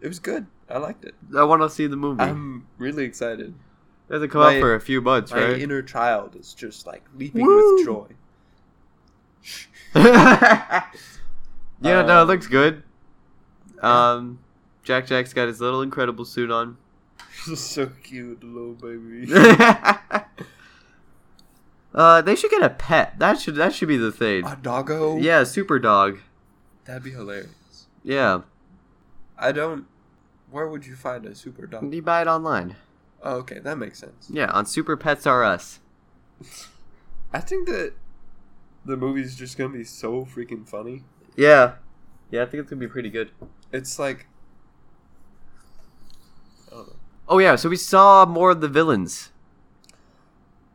[SPEAKER 2] It was good. I liked it.
[SPEAKER 1] I want to see the movie.
[SPEAKER 2] I'm really excited.
[SPEAKER 1] it doesn't come out
[SPEAKER 2] my-
[SPEAKER 1] for a few months,
[SPEAKER 2] My
[SPEAKER 1] right?
[SPEAKER 2] inner child is just like leaping
[SPEAKER 1] Woo!
[SPEAKER 2] with joy.
[SPEAKER 1] (laughs)
[SPEAKER 2] (laughs)
[SPEAKER 1] yeah, no, it
[SPEAKER 2] Um,
[SPEAKER 1] looks good. Um, Jack Jack's got his little Incredible suit (laughs) on.
[SPEAKER 2] so cute, little
[SPEAKER 1] (laughs)
[SPEAKER 2] baby.
[SPEAKER 1] uh, they should get a pet. That should that should be the thing.
[SPEAKER 2] A doggo?
[SPEAKER 1] Yeah, super dog.
[SPEAKER 2] That'd be hilarious.
[SPEAKER 1] Yeah,
[SPEAKER 2] I don't. Where would you find a super dog?
[SPEAKER 1] you buy it online.
[SPEAKER 2] Oh, okay, that makes sense.
[SPEAKER 1] Yeah, on Super Pets R Us.
[SPEAKER 2] I think that the movie's just gonna be so freaking funny.
[SPEAKER 1] Yeah, yeah, I think it's gonna be pretty good.
[SPEAKER 2] It's like. I don't know.
[SPEAKER 1] Oh yeah, so we saw more of the villains.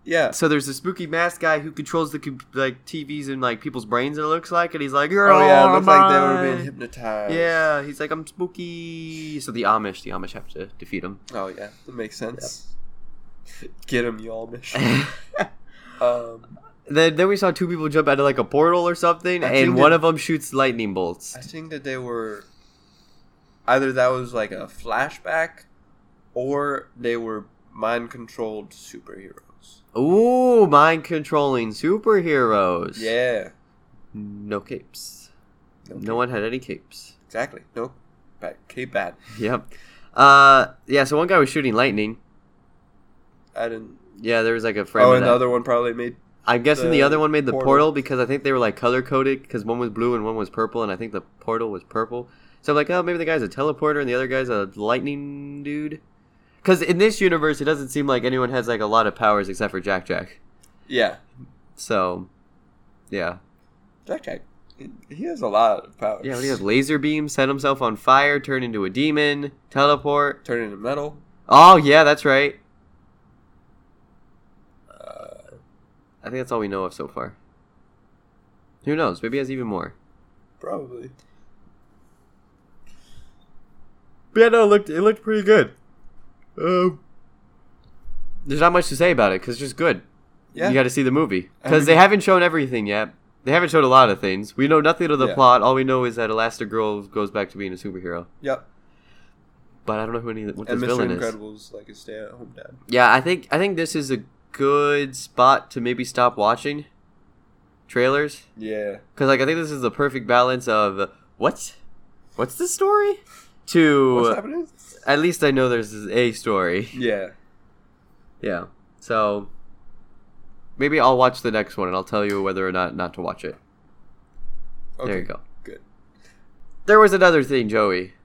[SPEAKER 2] Yeah.
[SPEAKER 1] So there's a spooky mask guy who controls the com- like TVs and like people's brains. It looks like, and he's like, "You're
[SPEAKER 2] Oh, yeah, it
[SPEAKER 1] all
[SPEAKER 2] looked like they were
[SPEAKER 1] mine."
[SPEAKER 2] being hypnotized.
[SPEAKER 1] Yeah, he's like, "I'm spooky." So the Amish, the Amish have to defeat
[SPEAKER 2] (laughs)
[SPEAKER 1] him.
[SPEAKER 2] Oh yeah, that makes sense. (laughs) Get him, y'all, mission.
[SPEAKER 1] (laughs) then
[SPEAKER 2] um,
[SPEAKER 1] then we saw two people jump out of like a portal or something,
[SPEAKER 2] I
[SPEAKER 1] and
[SPEAKER 2] think
[SPEAKER 1] one
[SPEAKER 2] that-
[SPEAKER 1] of them shoots lightning bolts.
[SPEAKER 2] I think that they were either that was like a flashback, or they were mind controlled superheroes.
[SPEAKER 1] Ooh, mind controlling superheroes.
[SPEAKER 2] Yeah.
[SPEAKER 1] No capes.
[SPEAKER 2] No
[SPEAKER 1] No one had any capes. (laughs)
[SPEAKER 2] Exactly. No. Bad. Cape bad.
[SPEAKER 1] Yep. Uh, yeah. So one guy was shooting lightning.
[SPEAKER 2] I didn't.
[SPEAKER 1] Yeah, there was like a frame.
[SPEAKER 2] oh,
[SPEAKER 1] of
[SPEAKER 2] and
[SPEAKER 1] that.
[SPEAKER 2] the other one probably made.
[SPEAKER 1] I'm guessing the,
[SPEAKER 2] the
[SPEAKER 1] other one made the portal.
[SPEAKER 2] portal.
[SPEAKER 1] because I think they were like color coded because one was blue and one was purple, and I think the portal was purple. So I'm like, oh, maybe the guy's a teleporter and the other guy's a lightning dude. Because in this universe, it doesn't seem like anyone has like a lot of powers except for Jack Jack.
[SPEAKER 2] Yeah.
[SPEAKER 1] So, yeah,
[SPEAKER 2] Jack Jack. He has a lot of powers.
[SPEAKER 1] Yeah, what do you have? Laser beam, set himself on fire, turn into a demon, teleport.
[SPEAKER 2] Turn into metal.
[SPEAKER 1] Oh yeah, that's right.
[SPEAKER 2] Uh,
[SPEAKER 1] I think that's all we know of so far. Who knows? Maybe he has even more.
[SPEAKER 2] probably.
[SPEAKER 1] But yeah, no, it looked it looked pretty good. Um, there's not much to say about it because it's just good.
[SPEAKER 2] Yeah.
[SPEAKER 1] You got to see the movie because
[SPEAKER 2] Every-
[SPEAKER 1] they haven't shown everything yet. They haven't shown a lot of things. We know nothing of the
[SPEAKER 2] Yeah.
[SPEAKER 1] plot. All we know is that Elastigirl goes back to being a superhero.
[SPEAKER 2] yep.
[SPEAKER 1] But I don't know who any what this
[SPEAKER 2] And Mr.
[SPEAKER 1] villain is.
[SPEAKER 2] Incredible's like a stay-at-home dad.
[SPEAKER 1] Yeah, I think I think this is a good spot to maybe stop watching trailers
[SPEAKER 2] Yeah.
[SPEAKER 1] because like I think this is the perfect balance of what's what's the story
[SPEAKER 2] What's
[SPEAKER 1] to
[SPEAKER 2] happening?
[SPEAKER 1] at least I know there's a story.
[SPEAKER 2] Yeah.
[SPEAKER 1] Yeah, so maybe I'll watch the next one and I'll tell you whether or not not to watch it.
[SPEAKER 2] Okay.
[SPEAKER 1] There you go.
[SPEAKER 2] Good.
[SPEAKER 1] There was another thing, Joey.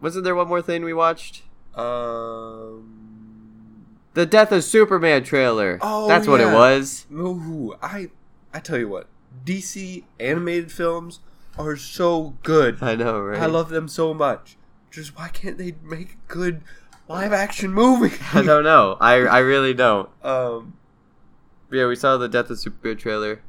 [SPEAKER 1] Wasn't there one more thing we watched?
[SPEAKER 2] Um.
[SPEAKER 1] The Death of Superman trailer.
[SPEAKER 2] Oh,
[SPEAKER 1] that's what it
[SPEAKER 2] yeah.
[SPEAKER 1] was.
[SPEAKER 2] Ooh, I I tell you what, DC animated films are so good.
[SPEAKER 1] I know, right?
[SPEAKER 2] I love them so much. Just why can't they make a good live action movie?
[SPEAKER 1] (laughs) I don't know. I I really don't.
[SPEAKER 2] (laughs) um,
[SPEAKER 1] Yeah, we saw the Death of Superman trailer.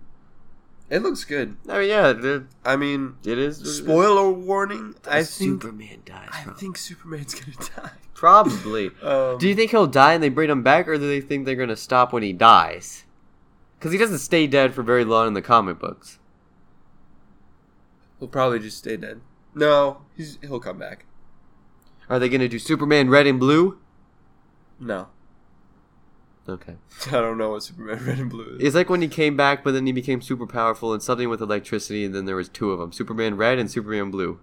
[SPEAKER 2] it looks good.
[SPEAKER 1] I mean, yeah, the-
[SPEAKER 2] I mean,
[SPEAKER 1] it is.
[SPEAKER 2] spoiler warning. I think
[SPEAKER 1] Superman dies.
[SPEAKER 2] I think Superman's gonna (laughs)
[SPEAKER 1] probably.
[SPEAKER 2] die. Um,
[SPEAKER 1] Do you think he'll die and they bring him back, or do they think they're gonna stop when he dies? Because he doesn't stay dead for very long in the comic books.
[SPEAKER 2] he'll probably just stay dead? No, he's he'll come back.
[SPEAKER 1] Are they gonna do Superman Red and Blue?
[SPEAKER 2] No, (laughs)
[SPEAKER 1] Okay.
[SPEAKER 2] I don't know what Superman (laughs) Red and Blue is.
[SPEAKER 1] It's like when he came back, but then he became super powerful and something with electricity, and then there was two of them: Superman Red and Superman Blue.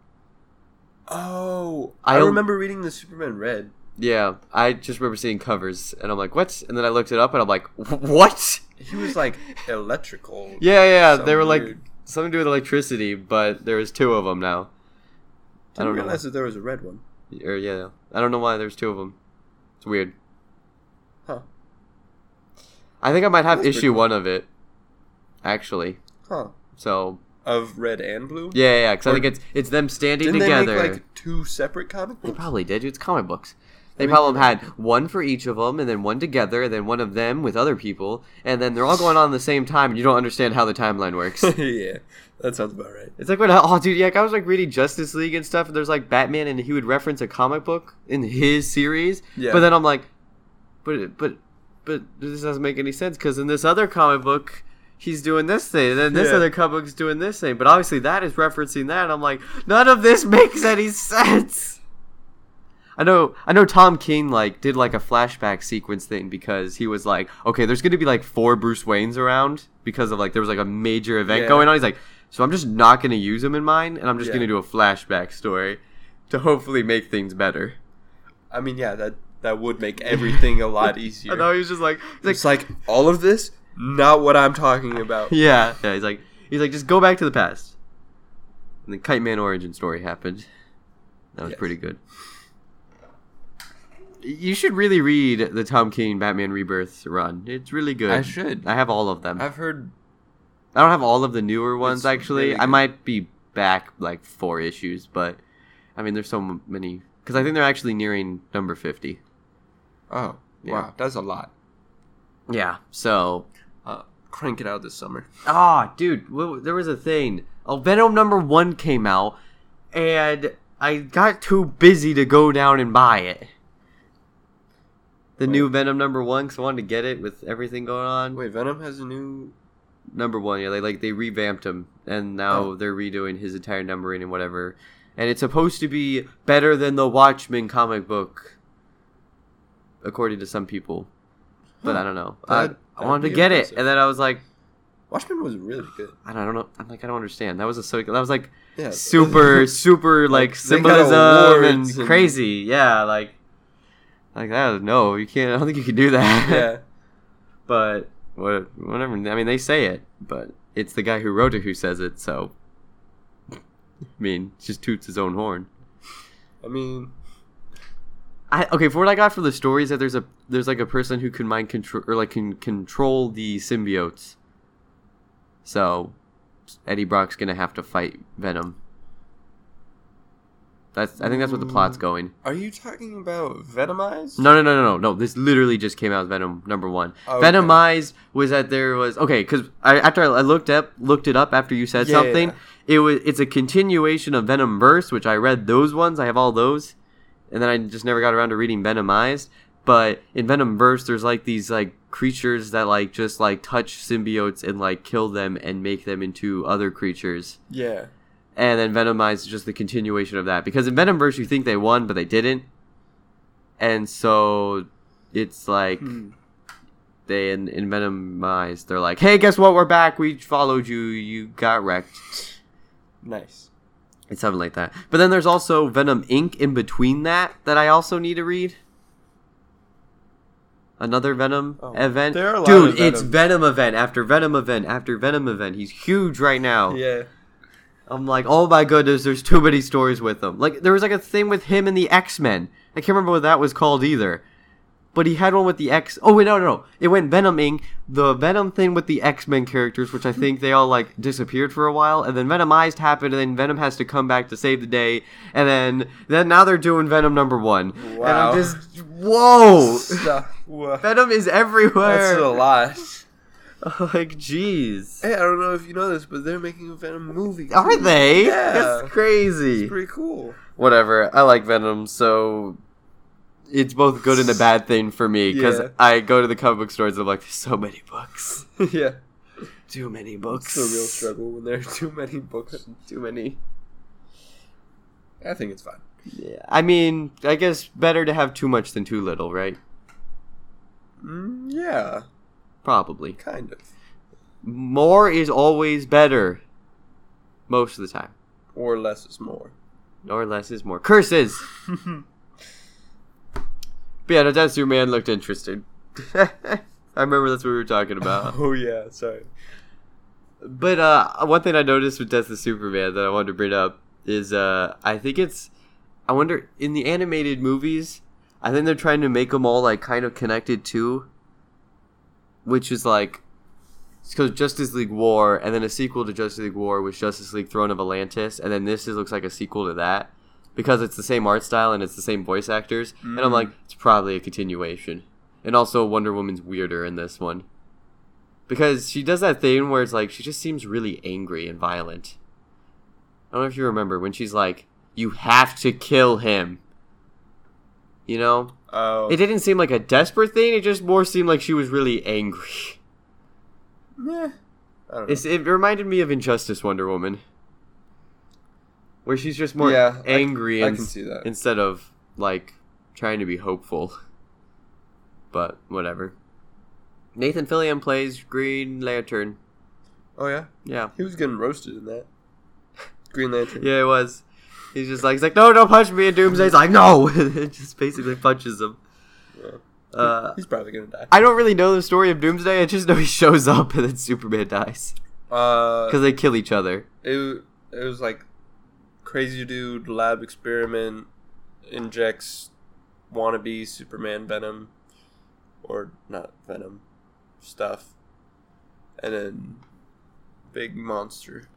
[SPEAKER 2] Oh,
[SPEAKER 1] I
[SPEAKER 2] I
[SPEAKER 1] don't-
[SPEAKER 2] remember reading the Superman Red.
[SPEAKER 1] Yeah, I just remember seeing covers, and I'm like, "What?" And then I looked it up, and I'm like, "What?"
[SPEAKER 2] He was
[SPEAKER 1] (laughs)
[SPEAKER 2] like electrical.
[SPEAKER 1] Yeah, yeah,
[SPEAKER 2] Some
[SPEAKER 1] they were like
[SPEAKER 2] weird-
[SPEAKER 1] something to do with electricity, but there was two of them now.
[SPEAKER 2] I don't realize that there was a red one.
[SPEAKER 1] why. Or yeah, I don't know why there's two of them. It's weird.
[SPEAKER 2] Huh.
[SPEAKER 1] I think I might have
[SPEAKER 2] That's pretty
[SPEAKER 1] issue
[SPEAKER 2] cool.
[SPEAKER 1] one of it, actually.
[SPEAKER 2] Huh.
[SPEAKER 1] So
[SPEAKER 2] Of red and blue?
[SPEAKER 1] yeah, yeah, because I
[SPEAKER 2] Or-
[SPEAKER 1] think it's it's them standing
[SPEAKER 2] Didn't
[SPEAKER 1] together.
[SPEAKER 2] they make like two separate comic
[SPEAKER 1] They (laughs)
[SPEAKER 2] books? (laughs)
[SPEAKER 1] probably did. dude. It's comic books. They
[SPEAKER 2] I mean-
[SPEAKER 1] probably had one for each of them, and then one together, and then one of them with other people, and then they're all going on at the same time, and you don't understand how the timeline works.
[SPEAKER 2] yeah, that sounds about right.
[SPEAKER 1] It's like when oh dude, yeah, like, I was like reading Justice League and stuff, and there's like Batman, and he would reference a comic book in his series.
[SPEAKER 2] Yeah.
[SPEAKER 1] But then I'm like, but but but this doesn't make any sense because in this other comic book, he's doing this thing, and then this
[SPEAKER 2] Yeah.
[SPEAKER 1] other comic book's doing this thing. But obviously that is referencing that. And I'm like, none of this (laughs) makes any sense. I know, I know. Tom King like did like a flashback sequence thing because he was like, okay, there's gonna be like four Bruce Waynes around because of like there was like a major event
[SPEAKER 2] Yeah.
[SPEAKER 1] going on. He's like, so I'm just not gonna use him in mine, and I'm just
[SPEAKER 2] Yeah.
[SPEAKER 1] gonna do a flashback story to hopefully make things better.
[SPEAKER 2] I mean, yeah, that that would make everything
[SPEAKER 1] (laughs)
[SPEAKER 2] a lot easier.
[SPEAKER 1] I know he was just like, he's like,
[SPEAKER 2] It's like all of this, not what I'm talking about.
[SPEAKER 1] yeah, yeah. He's like, he's like, just go back to the past. And the Kite Man origin story happened. That was
[SPEAKER 2] Yes.
[SPEAKER 1] pretty good. You should really read the Tom King Batman Rebirth run. It's really good.
[SPEAKER 2] I should.
[SPEAKER 1] I have all of them.
[SPEAKER 2] I've heard.
[SPEAKER 1] I don't have all of the newer ones
[SPEAKER 2] It's
[SPEAKER 1] actually.
[SPEAKER 2] really
[SPEAKER 1] I
[SPEAKER 2] good.
[SPEAKER 1] might be back like four issues, but I mean, there's so m- many because I think they're actually nearing number fifty.
[SPEAKER 2] Oh,
[SPEAKER 1] Yeah.
[SPEAKER 2] wow, that's a lot.
[SPEAKER 1] Yeah. So
[SPEAKER 2] Uh, crank it out this summer.
[SPEAKER 1] Ah, dude, w- there was a thing. Oh, Venom number one came out, and I got too busy to go down and buy it. The new Venom number one, because I wanted to get it with everything going on.
[SPEAKER 2] Wait, Venom has a new.
[SPEAKER 1] Number one, yeah, they like they revamped him, and now
[SPEAKER 2] Oh.
[SPEAKER 1] they're redoing his entire numbering and whatever. And it's supposed to be better than the Watchmen comic book, according to some people. But
[SPEAKER 2] Huh.
[SPEAKER 1] I don't know.
[SPEAKER 2] That-
[SPEAKER 1] I, I
[SPEAKER 2] that'd
[SPEAKER 1] wanted
[SPEAKER 2] be
[SPEAKER 1] to get
[SPEAKER 2] impressive.
[SPEAKER 1] it, and then I was like,
[SPEAKER 2] Watchmen was really good.
[SPEAKER 1] I don't, I don't know. I'm like, I don't understand. That was a so that was like
[SPEAKER 2] Yeah, (laughs)
[SPEAKER 1] super (laughs) super like,
[SPEAKER 2] they got
[SPEAKER 1] symbolism and
[SPEAKER 2] awards and-
[SPEAKER 1] crazy yeah like like that no you can't i don't think you can do that
[SPEAKER 2] yeah,
[SPEAKER 1] but what whatever i mean they say it but it's the guy who wrote it who says it so i mean just toots his own horn
[SPEAKER 2] I mean,
[SPEAKER 1] I, okay, for what I got from the stories that there's a there's like a person who can mind control or like can control the symbiotes. So, Eddie Brock's gonna have to fight Venom. That's I think that's what the plot's going.
[SPEAKER 2] Are you talking about Venomized? Oh,
[SPEAKER 1] No, no, no, no, no, no. This literally just came out as Venom number one.
[SPEAKER 2] Okay.
[SPEAKER 1] Venomized was that there was okay because I after I looked up looked it up after you said
[SPEAKER 2] Yeah,
[SPEAKER 1] something.
[SPEAKER 2] yeah.
[SPEAKER 1] It was it's a continuation of Venom Verse, which I read those ones. I have all those, and then I just never got around to reading Venomized. But in Venom Verse, there's like these like creatures that like just like touch symbiotes and like kill them and make them into other creatures
[SPEAKER 2] Yeah.
[SPEAKER 1] and then Venomize is just the continuation of that. Because in Venomverse, you think they won, but they didn't, and so it's like
[SPEAKER 2] Hmm.
[SPEAKER 1] they in, in Venomize, they're like, "Hey, guess what? We're back. We followed you. You got wrecked."
[SPEAKER 2] Nice.
[SPEAKER 1] It's something like that. But then there's also Venom Inc. in between that that I also need to read. Another Venom
[SPEAKER 2] Oh.
[SPEAKER 1] event,
[SPEAKER 2] There are a lot
[SPEAKER 1] dude.
[SPEAKER 2] of
[SPEAKER 1] It's Venom event after Venom event after Venom event. He's huge right now.
[SPEAKER 2] Yeah.
[SPEAKER 1] I'm like, oh my goodness, there's too many stories with him. Like there was like a thing with him and the X Men. I can't remember what that was called either. But he had one with the X. Oh wait, no, no, no. It went Venoming the Venom thing with the X Men characters,
[SPEAKER 2] (laughs)
[SPEAKER 1] which I think they all like disappeared for a while, and then Venomized happened, and then Venom has to come back to save the day, and then then now they're doing Venom number one. And
[SPEAKER 2] Wow.
[SPEAKER 1] I'm just
[SPEAKER 2] (laughs)
[SPEAKER 1] whoa,
[SPEAKER 2] Stuff. Wha-
[SPEAKER 1] Venom is everywhere.
[SPEAKER 2] That's a lot.
[SPEAKER 1] (laughs) like jeez,
[SPEAKER 2] Hey, I don't know if you know this, but they're making a Venom movie.
[SPEAKER 1] are they?
[SPEAKER 2] Yeah.
[SPEAKER 1] That's crazy.
[SPEAKER 2] It's pretty cool.
[SPEAKER 1] whatever. I like Venom, so it's both good and a bad thing for me because
[SPEAKER 2] Yeah.
[SPEAKER 1] I go to the comic book stores. and I'm like, there's so many books,
[SPEAKER 2] (laughs) yeah.
[SPEAKER 1] too many books.
[SPEAKER 2] It's a real struggle when there are too many books.
[SPEAKER 1] Too many.
[SPEAKER 2] I think it's fine.
[SPEAKER 1] Yeah. I mean, I guess better to have too much than too little, right?
[SPEAKER 2] Mm, yeah,
[SPEAKER 1] Probably.
[SPEAKER 2] kind of.
[SPEAKER 1] More is always better, most of the time.
[SPEAKER 2] Or less
[SPEAKER 1] (laughs)
[SPEAKER 2] is more.
[SPEAKER 1] Or less is more. Curses.
[SPEAKER 2] Uh,
[SPEAKER 1] But yeah, that Superman looked interesting. (laughs) I remember that's what we were talking about.
[SPEAKER 2] oh yeah, sorry.
[SPEAKER 1] But uh, one thing I noticed with Death of Superman that I wanted to bring up is uh, I think it's I wonder in the animated movies I think they're trying to make them all like kind of connected too, which is like because Justice League War and then a sequel to Justice League War was Justice League Throne of Atlantis and then this is, looks like a sequel to that because it's the same art style and it's the same voice actors and I'm
[SPEAKER 2] Mm.
[SPEAKER 1] like it's probably a continuation and also Wonder Woman's weirder in this one because she does that thing where it's like she just seems really angry and violent. I don't know if you remember when she's like, "You have to kill him." You know,
[SPEAKER 2] Oh,
[SPEAKER 1] it didn't seem like a desperate thing. It just more seemed like she was really angry.
[SPEAKER 2] meh. I don't know.
[SPEAKER 1] It's, it reminded me of Injustice Wonder Woman, where she's just more
[SPEAKER 2] Yeah, I-
[SPEAKER 1] angry
[SPEAKER 2] I
[SPEAKER 1] and-
[SPEAKER 2] can see that.
[SPEAKER 1] instead of like trying to be hopeful. But whatever. Nathan Fillion plays Green Lantern.
[SPEAKER 2] oh yeah,
[SPEAKER 1] Yeah.
[SPEAKER 2] he was getting roasted in that. Green Lantern.
[SPEAKER 1] Yeah, it was. He's just like, he's like, no, don't punch me. And Doomsday's like, no. (laughs) it just basically punches him.
[SPEAKER 2] Yeah.
[SPEAKER 1] Uh,
[SPEAKER 2] He's probably gonna die.
[SPEAKER 1] I don't really know the story of Doomsday. I just know he shows up and then Superman dies
[SPEAKER 2] Uh,
[SPEAKER 1] because they kill each other.
[SPEAKER 2] it it was like crazy dude lab experiment injects wannabe Superman venom or not venom stuff, and then big monster.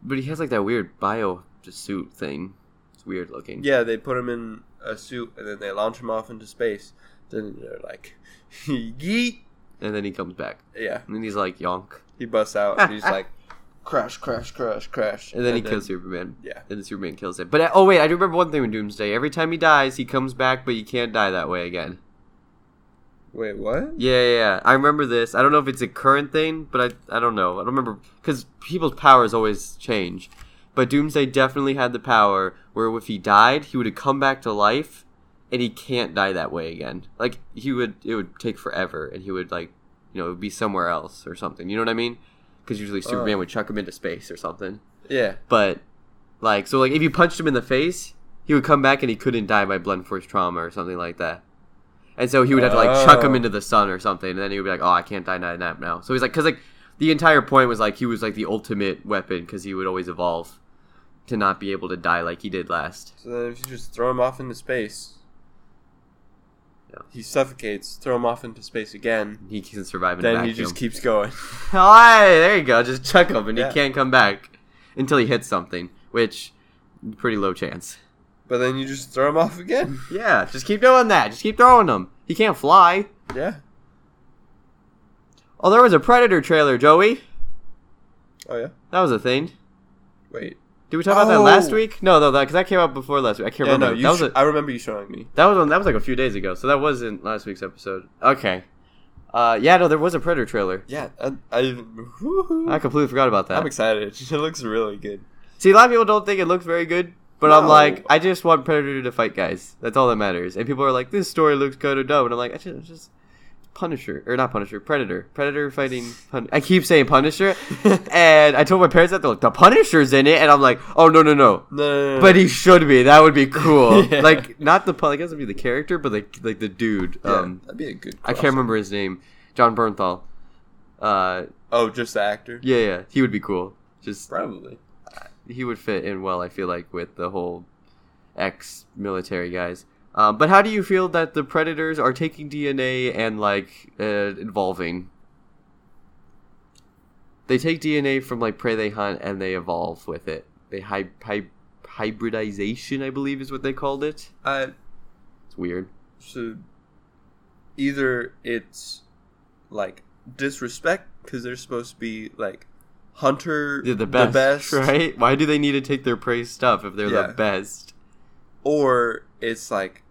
[SPEAKER 1] But he has like that weird bio suit thing. It's weird looking.
[SPEAKER 2] Yeah, they put him in a suit and then they launch him off into space. Then they're like, (laughs) yeet.
[SPEAKER 1] And then he comes back
[SPEAKER 2] Yeah,
[SPEAKER 1] and then he's like, yonk.
[SPEAKER 2] he busts
[SPEAKER 1] (laughs)
[SPEAKER 2] out and he's like, crash, crash, crash, crash.
[SPEAKER 1] And then he kills Superman.
[SPEAKER 2] Yeah.
[SPEAKER 1] And then Superman kills him. But oh wait, I do remember one thing with Doomsday. Every time he dies, he comes back, but you can't die that way again.
[SPEAKER 2] Wait, what?
[SPEAKER 1] Yeah, yeah, yeah. I remember this. I don't know if it's a current thing, but I, I don't know. I don't remember because people's powers always change. But Doomsday definitely had the power where if he died, he would have come back to life, and he can't die that way again. Like he would, it would take forever, and he would like, you know, be somewhere else or something. You know what I mean? Because usually Superman would chuck him into space or something.
[SPEAKER 2] Yeah.
[SPEAKER 1] But like, so like if you punched him in the face, he would come back and he couldn't die by blunt force trauma or something like that. And so he would have to like chuck him
[SPEAKER 2] Oh.
[SPEAKER 1] into the sun or something, and then he would be like, "Oh, I can't die nap nap now." So he's like, because like the entire point was like he was like the ultimate weapon because he would always evolve to not be able to die like he did last.
[SPEAKER 2] So then if you just throw him off into space,
[SPEAKER 1] Yeah.
[SPEAKER 2] He suffocates, throw him off into space again.
[SPEAKER 1] He can survive in a
[SPEAKER 2] Then
[SPEAKER 1] vacuum.
[SPEAKER 2] he just keeps going.
[SPEAKER 1] (laughs)
[SPEAKER 2] (laughs)
[SPEAKER 1] Hi, there you go. Just chuck him, and
[SPEAKER 2] Yeah.
[SPEAKER 1] he can't come back until he hits something, which pretty low chance.
[SPEAKER 2] But then you just throw him off again.
[SPEAKER 1] Yeah, just keep doing that. Just keep throwing him. He can't fly.
[SPEAKER 2] Yeah.
[SPEAKER 1] Oh, there was a Predator trailer, Joey.
[SPEAKER 2] Oh yeah.
[SPEAKER 1] That was a thing.
[SPEAKER 2] Wait.
[SPEAKER 1] Did we talk about that last
[SPEAKER 2] Oh.
[SPEAKER 1] week? No, no, that because that came out before last week. I can't
[SPEAKER 2] Yeah, no,
[SPEAKER 1] remember.
[SPEAKER 2] you
[SPEAKER 1] that was
[SPEAKER 2] sh-
[SPEAKER 1] a,
[SPEAKER 2] I remember you showing me.
[SPEAKER 1] that was on, that was like a few days ago, so that wasn't last week's episode. Okay. Uh, yeah, no, there was a Predator trailer.
[SPEAKER 2] Yeah. I. I woo-hoo.
[SPEAKER 1] I completely forgot about that.
[SPEAKER 2] I'm excited. (laughs) It looks really good.
[SPEAKER 1] See, a lot of people don't think it looks very good, but I'm
[SPEAKER 2] No.
[SPEAKER 1] like, I just want Predator to fight guys. That's all that matters. And people are like, this story looks kind of dumb, and I'm like, I just, just Punisher or not Punisher, Predator, Predator fighting. Pun- I keep saying
[SPEAKER 2] (laughs)
[SPEAKER 1] Punisher, and I told my parents that they're like, the Punisher's in it, and I'm like, oh no no no.
[SPEAKER 2] No, no, no, no.
[SPEAKER 1] But he should be. That
[SPEAKER 2] (laughs)
[SPEAKER 1] would be cool.
[SPEAKER 2] Yeah.
[SPEAKER 1] Like not the pun- like it doesn't be the character, but like like the dude.
[SPEAKER 2] Yeah,
[SPEAKER 1] Um,
[SPEAKER 2] that'd be a good.
[SPEAKER 1] I
[SPEAKER 2] crossover.
[SPEAKER 1] can't remember his name. John Bernthal. Uh,
[SPEAKER 2] Oh, just the actor.
[SPEAKER 1] yeah, yeah, he would be cool. Just
[SPEAKER 2] Probably.
[SPEAKER 1] he would fit in well. I feel like with the whole ex-military guys. Um, but how do you feel that the predators are taking DNA and like uh, evolving? They take DNA from like prey they hunt and they evolve with it. They hy- hy- hybridization, I believe, is what they called it.
[SPEAKER 2] Uh,
[SPEAKER 1] It's weird.
[SPEAKER 2] so either it's like disrespect because they're supposed to be like hunter
[SPEAKER 1] They're the best, right? Why do they need to take their prey stuff if they're
[SPEAKER 2] Yeah.
[SPEAKER 1] the best?
[SPEAKER 2] or it's like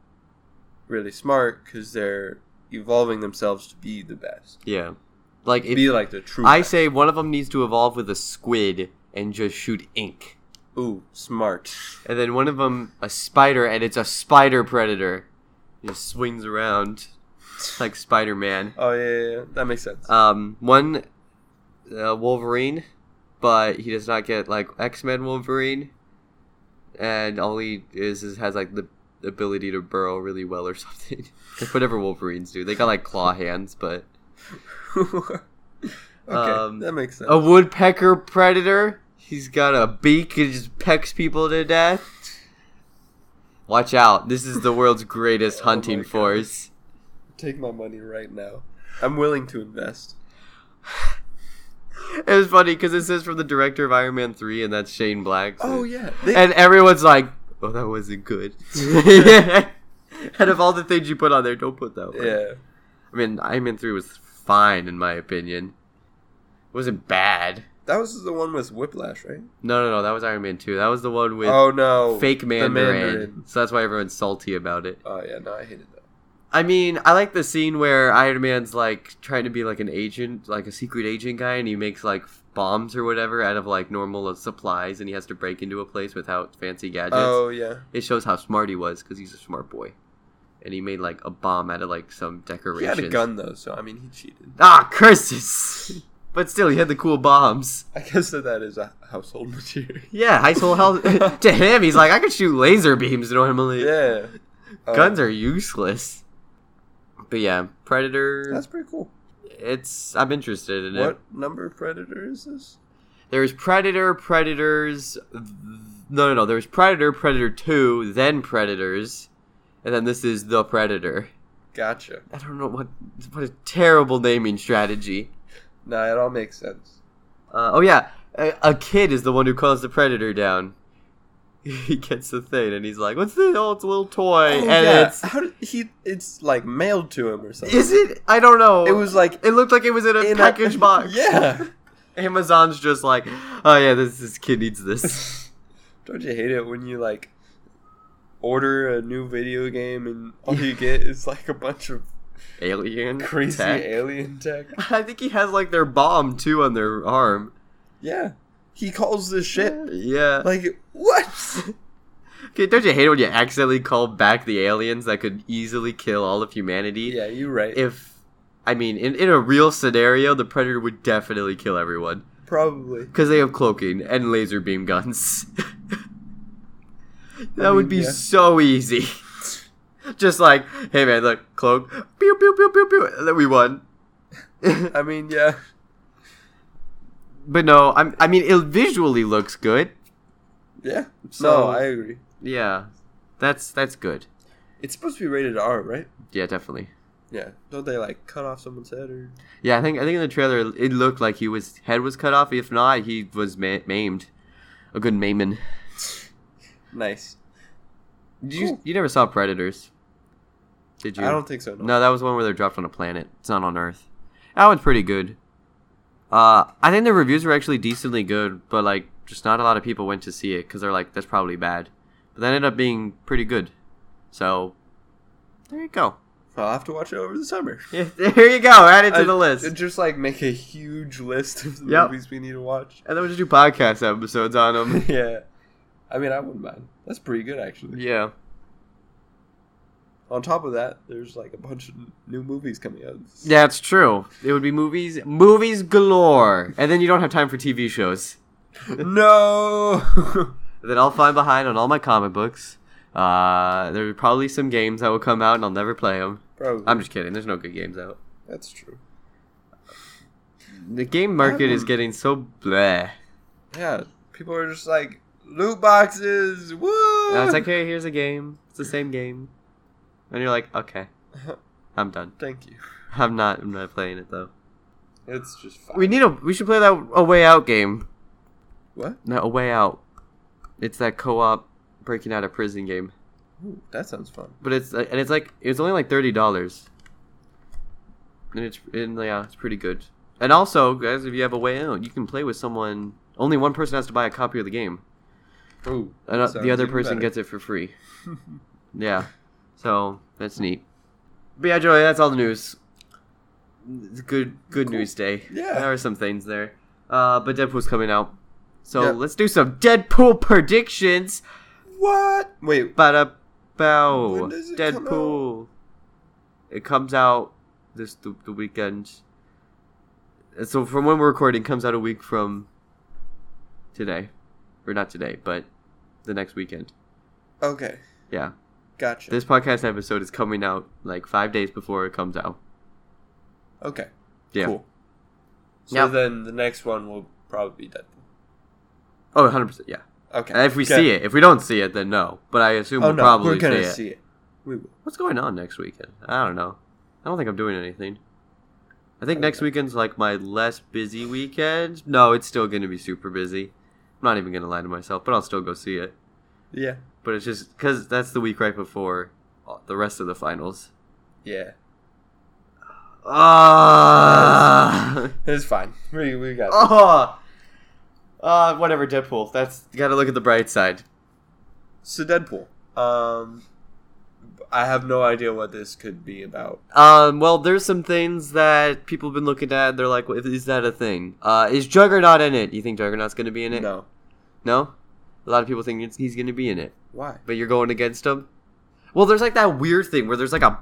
[SPEAKER 2] really smart because they're evolving themselves to be the best,
[SPEAKER 1] Yeah, like if
[SPEAKER 2] be like the true.
[SPEAKER 1] I
[SPEAKER 2] best.
[SPEAKER 1] say one of them needs to evolve with a squid and just shoot ink.
[SPEAKER 2] ooh smart.
[SPEAKER 1] And then one of them, a spider, and it's a spider predator. He just swings around like Spider Man.
[SPEAKER 2] Oh yeah, yeah, yeah, that makes sense.
[SPEAKER 1] Um, one, uh, Wolverine, but he does not get like X Men Wolverine. And all he is, is has like the ability to burrow really well or (laughs) something. like whatever Wolverines do. They got like claw hands, but.
[SPEAKER 2] (laughs) okay,
[SPEAKER 1] um,
[SPEAKER 2] that makes sense.
[SPEAKER 1] A woodpecker predator. He's got a beak and just pecks people to death. Watch out. This is the world's greatest
[SPEAKER 2] (laughs) Oh
[SPEAKER 1] hunting
[SPEAKER 2] my God.
[SPEAKER 1] force.
[SPEAKER 2] Take my money right now. I'm willing to invest.
[SPEAKER 1] It was funny because it says from the director of Iron Man 3, and that's Shane Black. so-
[SPEAKER 2] Oh yeah, they,
[SPEAKER 1] And everyone's like, oh, that wasn't
[SPEAKER 2] (laughs)
[SPEAKER 1] good. (laughs) Out of all the things you put on there, don't put that one.
[SPEAKER 2] yeah.
[SPEAKER 1] I mean, Iron Man 3 was fine, in my opinion. It wasn't bad.
[SPEAKER 2] That was the one with Whiplash, right?
[SPEAKER 1] No, no, no. That was Iron Man 2. That was the one with
[SPEAKER 2] oh no,
[SPEAKER 1] fake Mandarin,
[SPEAKER 2] Mandarin.
[SPEAKER 1] So that's why everyone's salty about it.
[SPEAKER 2] Oh yeah, no, I hated that.
[SPEAKER 1] I mean, I like the scene where Iron Man's like trying to be like an agent, like a secret agent guy, and he makes like f- bombs or whatever out of like normal supplies, and he has to break into a place without fancy gadgets.
[SPEAKER 2] Oh yeah,
[SPEAKER 1] It shows how smart he was because he's a smart boy, and he made like a bomb out of like some
[SPEAKER 2] he
[SPEAKER 1] decorations.
[SPEAKER 2] had a gun though, so I mean he cheated. (laughs)
[SPEAKER 1] Ah, curses! (laughs) but still, he had the cool bombs.
[SPEAKER 2] I guess that that is a household material. (laughs)
[SPEAKER 1] Yeah, household health. (laughs) to him, he's like, I could shoot laser beams normally.
[SPEAKER 2] yeah, Uh,
[SPEAKER 1] Guns are useless. But yeah, Predator.
[SPEAKER 2] That's pretty cool.
[SPEAKER 1] It's I'm interested in it.
[SPEAKER 2] What number of predator is this?
[SPEAKER 1] There's Predator, Predators. No, no, no. There's Predator, Predator Two, then Predators, and then this is the Predator.
[SPEAKER 2] Gotcha.
[SPEAKER 1] I don't know what what a terrible naming strategy.
[SPEAKER 2] Nah, it all makes sense.
[SPEAKER 1] Uh, oh yeah, a, a kid is the one who calms the Predator down. (laughs) He gets the thing and he's like, "What's this? Oh, it's a little toy."
[SPEAKER 2] Oh,
[SPEAKER 1] and
[SPEAKER 2] yeah.
[SPEAKER 1] it's
[SPEAKER 2] How did he? It's like mailed to him or something.
[SPEAKER 1] is it? I don't know.
[SPEAKER 2] It was like
[SPEAKER 1] It looked like it was in a
[SPEAKER 2] in a-
[SPEAKER 1] package
[SPEAKER 2] (laughs)
[SPEAKER 1] box.
[SPEAKER 2] Yeah.
[SPEAKER 1] Amazon's just like, oh yeah, this this kid needs this.
[SPEAKER 2] (laughs) Don't you hate it when you like order a new video game and all you get is like a bunch of
[SPEAKER 1] Alien
[SPEAKER 2] crazy
[SPEAKER 1] tech.
[SPEAKER 2] alien tech?
[SPEAKER 1] I think he has like their bomb too on their arm.
[SPEAKER 2] Yeah. He calls this shit
[SPEAKER 1] Yeah.
[SPEAKER 2] like what?
[SPEAKER 1] Okay, don't you hate it when you accidentally call back the aliens that could easily kill all of humanity?
[SPEAKER 2] yeah, you're right.
[SPEAKER 1] If I mean, in, in a real scenario, the predator would definitely kill everyone (laughs)
[SPEAKER 2] Probably.
[SPEAKER 1] because they have cloaking and laser beam guns. (laughs) that
[SPEAKER 2] I
[SPEAKER 1] would
[SPEAKER 2] mean,
[SPEAKER 1] be
[SPEAKER 2] yeah.
[SPEAKER 1] so easy. (laughs) Just like, hey man, look, cloak, pew pew pew pew pew, and then we won.
[SPEAKER 2] I mean, yeah.
[SPEAKER 1] But no, I'm, I mean, it visually looks good.
[SPEAKER 2] Yeah.
[SPEAKER 1] So-
[SPEAKER 2] no, I agree.
[SPEAKER 1] Yeah, that's that's good.
[SPEAKER 2] It's supposed to be rated R, right?
[SPEAKER 1] Yeah, definitely.
[SPEAKER 2] Yeah. Don't they like cut off someone's head or?
[SPEAKER 1] Yeah, I think I think in the trailer it looked like he was head was cut off. If not, he was ma- maimed. A good maiming.
[SPEAKER 2] Nice.
[SPEAKER 1] Did you
[SPEAKER 2] Cool.
[SPEAKER 1] you never saw Predators? Did you?
[SPEAKER 2] I don't think so. No.
[SPEAKER 1] No, that was one where they're dropped on a planet. It's not on Earth. That one's pretty good. Uh, I think the reviews were actually decently good, but like, just not a lot of people went to see it because they're like, that's probably bad. But that ended up being pretty good. So, there you go. (laughs)
[SPEAKER 2] I'll have to watch it over the summer.
[SPEAKER 1] Yeah, there you go. Add it to
[SPEAKER 2] I-
[SPEAKER 1] the list, and
[SPEAKER 2] Just like make a huge list of the
[SPEAKER 1] Yep.
[SPEAKER 2] movies we need to watch. (laughs)
[SPEAKER 1] then we just do podcast episodes on (laughs) them.
[SPEAKER 2] yeah. I mean, I wouldn't mind. That's pretty good, actually.
[SPEAKER 1] yeah.
[SPEAKER 2] On top of that, there's like a bunch of new movies coming out.
[SPEAKER 1] That's true. It would be movies, movies galore, and then you don't have time for TV shows.
[SPEAKER 2] (laughs) no. (laughs)
[SPEAKER 1] Then I'll find behind on all my comic books. Uh, there are probably some games that will come out, and I'll never play them.
[SPEAKER 2] Probably.
[SPEAKER 1] I'm just kidding. There's no good games out.
[SPEAKER 2] That's true.
[SPEAKER 1] The game market is
[SPEAKER 2] haven't-
[SPEAKER 1] getting so bleh.
[SPEAKER 2] Yeah. People are just like loot boxes. Woo!
[SPEAKER 1] And I was like, hey, here's a game. It's the same game. And you're like, okay, I'm done.
[SPEAKER 2] Thank you.
[SPEAKER 1] I'm not. I'm not playing it though.
[SPEAKER 2] It's just fine.
[SPEAKER 1] We need a. We should play that a way out game.
[SPEAKER 2] what?
[SPEAKER 1] No, a way out. It's that co-op breaking out of prison game.
[SPEAKER 2] Ooh, that sounds fun.
[SPEAKER 1] But it's uh, and it's like it's only like thirty dollars. And it's and yeah, it's pretty good. And also, guys, if you have a way out, you can play with someone. Only one person has to buy a copy of the game.
[SPEAKER 2] Ooh.
[SPEAKER 1] And uh,
[SPEAKER 2] Sounds
[SPEAKER 1] the other
[SPEAKER 2] even
[SPEAKER 1] person
[SPEAKER 2] better.
[SPEAKER 1] gets it for
[SPEAKER 2] (laughs)
[SPEAKER 1] free. yeah. So that's neat. But yeah, Joey, that's all the news. It's good good
[SPEAKER 2] Cool.
[SPEAKER 1] news day.
[SPEAKER 2] Yeah.
[SPEAKER 1] There are some things there. Uh, but Deadpool's coming out. So
[SPEAKER 2] Yeah.
[SPEAKER 1] let's do some Deadpool predictions.
[SPEAKER 2] What? Wait.
[SPEAKER 1] Bada
[SPEAKER 2] When
[SPEAKER 1] bow.
[SPEAKER 2] does it come
[SPEAKER 1] Deadpool. It comes out this the, the weekend. And So from when we're recording, it comes out a week from today, or not today, but the next weekend.
[SPEAKER 2] Okay.
[SPEAKER 1] Yeah,
[SPEAKER 2] Gotcha.
[SPEAKER 1] this podcast episode is coming out like five days before it comes out.
[SPEAKER 2] okay.
[SPEAKER 1] Yeah.
[SPEAKER 2] Cool. So
[SPEAKER 1] Yeah.
[SPEAKER 2] then the next one will probably be Deadpool.
[SPEAKER 1] Oh, 100 percent. Yeah.
[SPEAKER 2] Okay.
[SPEAKER 1] And if we see it, if we don't see it, then no. But I assume
[SPEAKER 2] oh
[SPEAKER 1] we'll
[SPEAKER 2] no,
[SPEAKER 1] probably
[SPEAKER 2] we're gonna
[SPEAKER 1] see it.
[SPEAKER 2] see it. We will.
[SPEAKER 1] What's going on next weekend? I don't know. I don't think I'm doing anything. I think next
[SPEAKER 2] Okay.
[SPEAKER 1] weekend's like my less busy weekend. No, it's still going to be super busy. I'm not even going to lie to myself, but I'll still go see it.
[SPEAKER 2] Yeah.
[SPEAKER 1] But it's just because that's the week right before uh, the rest of the finals.
[SPEAKER 2] Yeah.
[SPEAKER 1] (laughs) Ah!
[SPEAKER 2] It's fine. We we got. it.
[SPEAKER 1] oh! Uh, whatever, Deadpool. That's got to look at the bright side.
[SPEAKER 2] So Deadpool. Um, I have no idea what this could be about.
[SPEAKER 1] Um, well, there's some things that people have been looking at. They're like, "Well, is that a thing? Uh, is Juggernaut in it? You think Juggernaut's going to be in it?
[SPEAKER 2] No.
[SPEAKER 1] No? A lot of people think it's, he's going to be in it,
[SPEAKER 2] Why?
[SPEAKER 1] but you're going against him? Well, there's like that weird thing where there's like a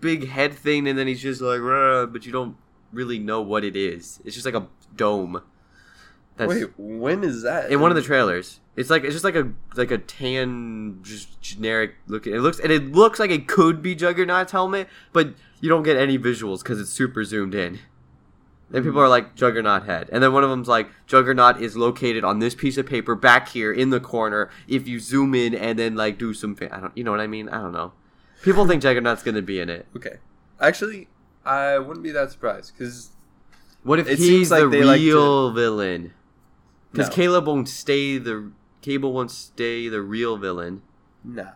[SPEAKER 1] big head thing and then he's just like, "Rah," but you don't really know what it is. It's just like a dome. That's
[SPEAKER 2] Wait, when is that?
[SPEAKER 1] in one of the trailers. It's like it's just like a like a tan just generic looking. It looks and it looks like it could be Juggernaut's helmet, but you don't get any visuals cuz it's super zoomed in. And people
[SPEAKER 2] Mm.
[SPEAKER 1] are like Juggernaut head. And then one of them's like Juggernaut is located on this piece of paper back here in the corner if you zoom in and then like do some fa- I don't you know what I mean? I don't know. People think Juggernaut's going to be in it.
[SPEAKER 2] okay. Actually, I wouldn't be that surprised because
[SPEAKER 1] What if
[SPEAKER 2] It
[SPEAKER 1] he's
[SPEAKER 2] seems like
[SPEAKER 1] the
[SPEAKER 2] they like to-
[SPEAKER 1] real villain? Because
[SPEAKER 2] No.
[SPEAKER 1] Caleb won't stay the Cable won't stay the real villain
[SPEAKER 2] nah.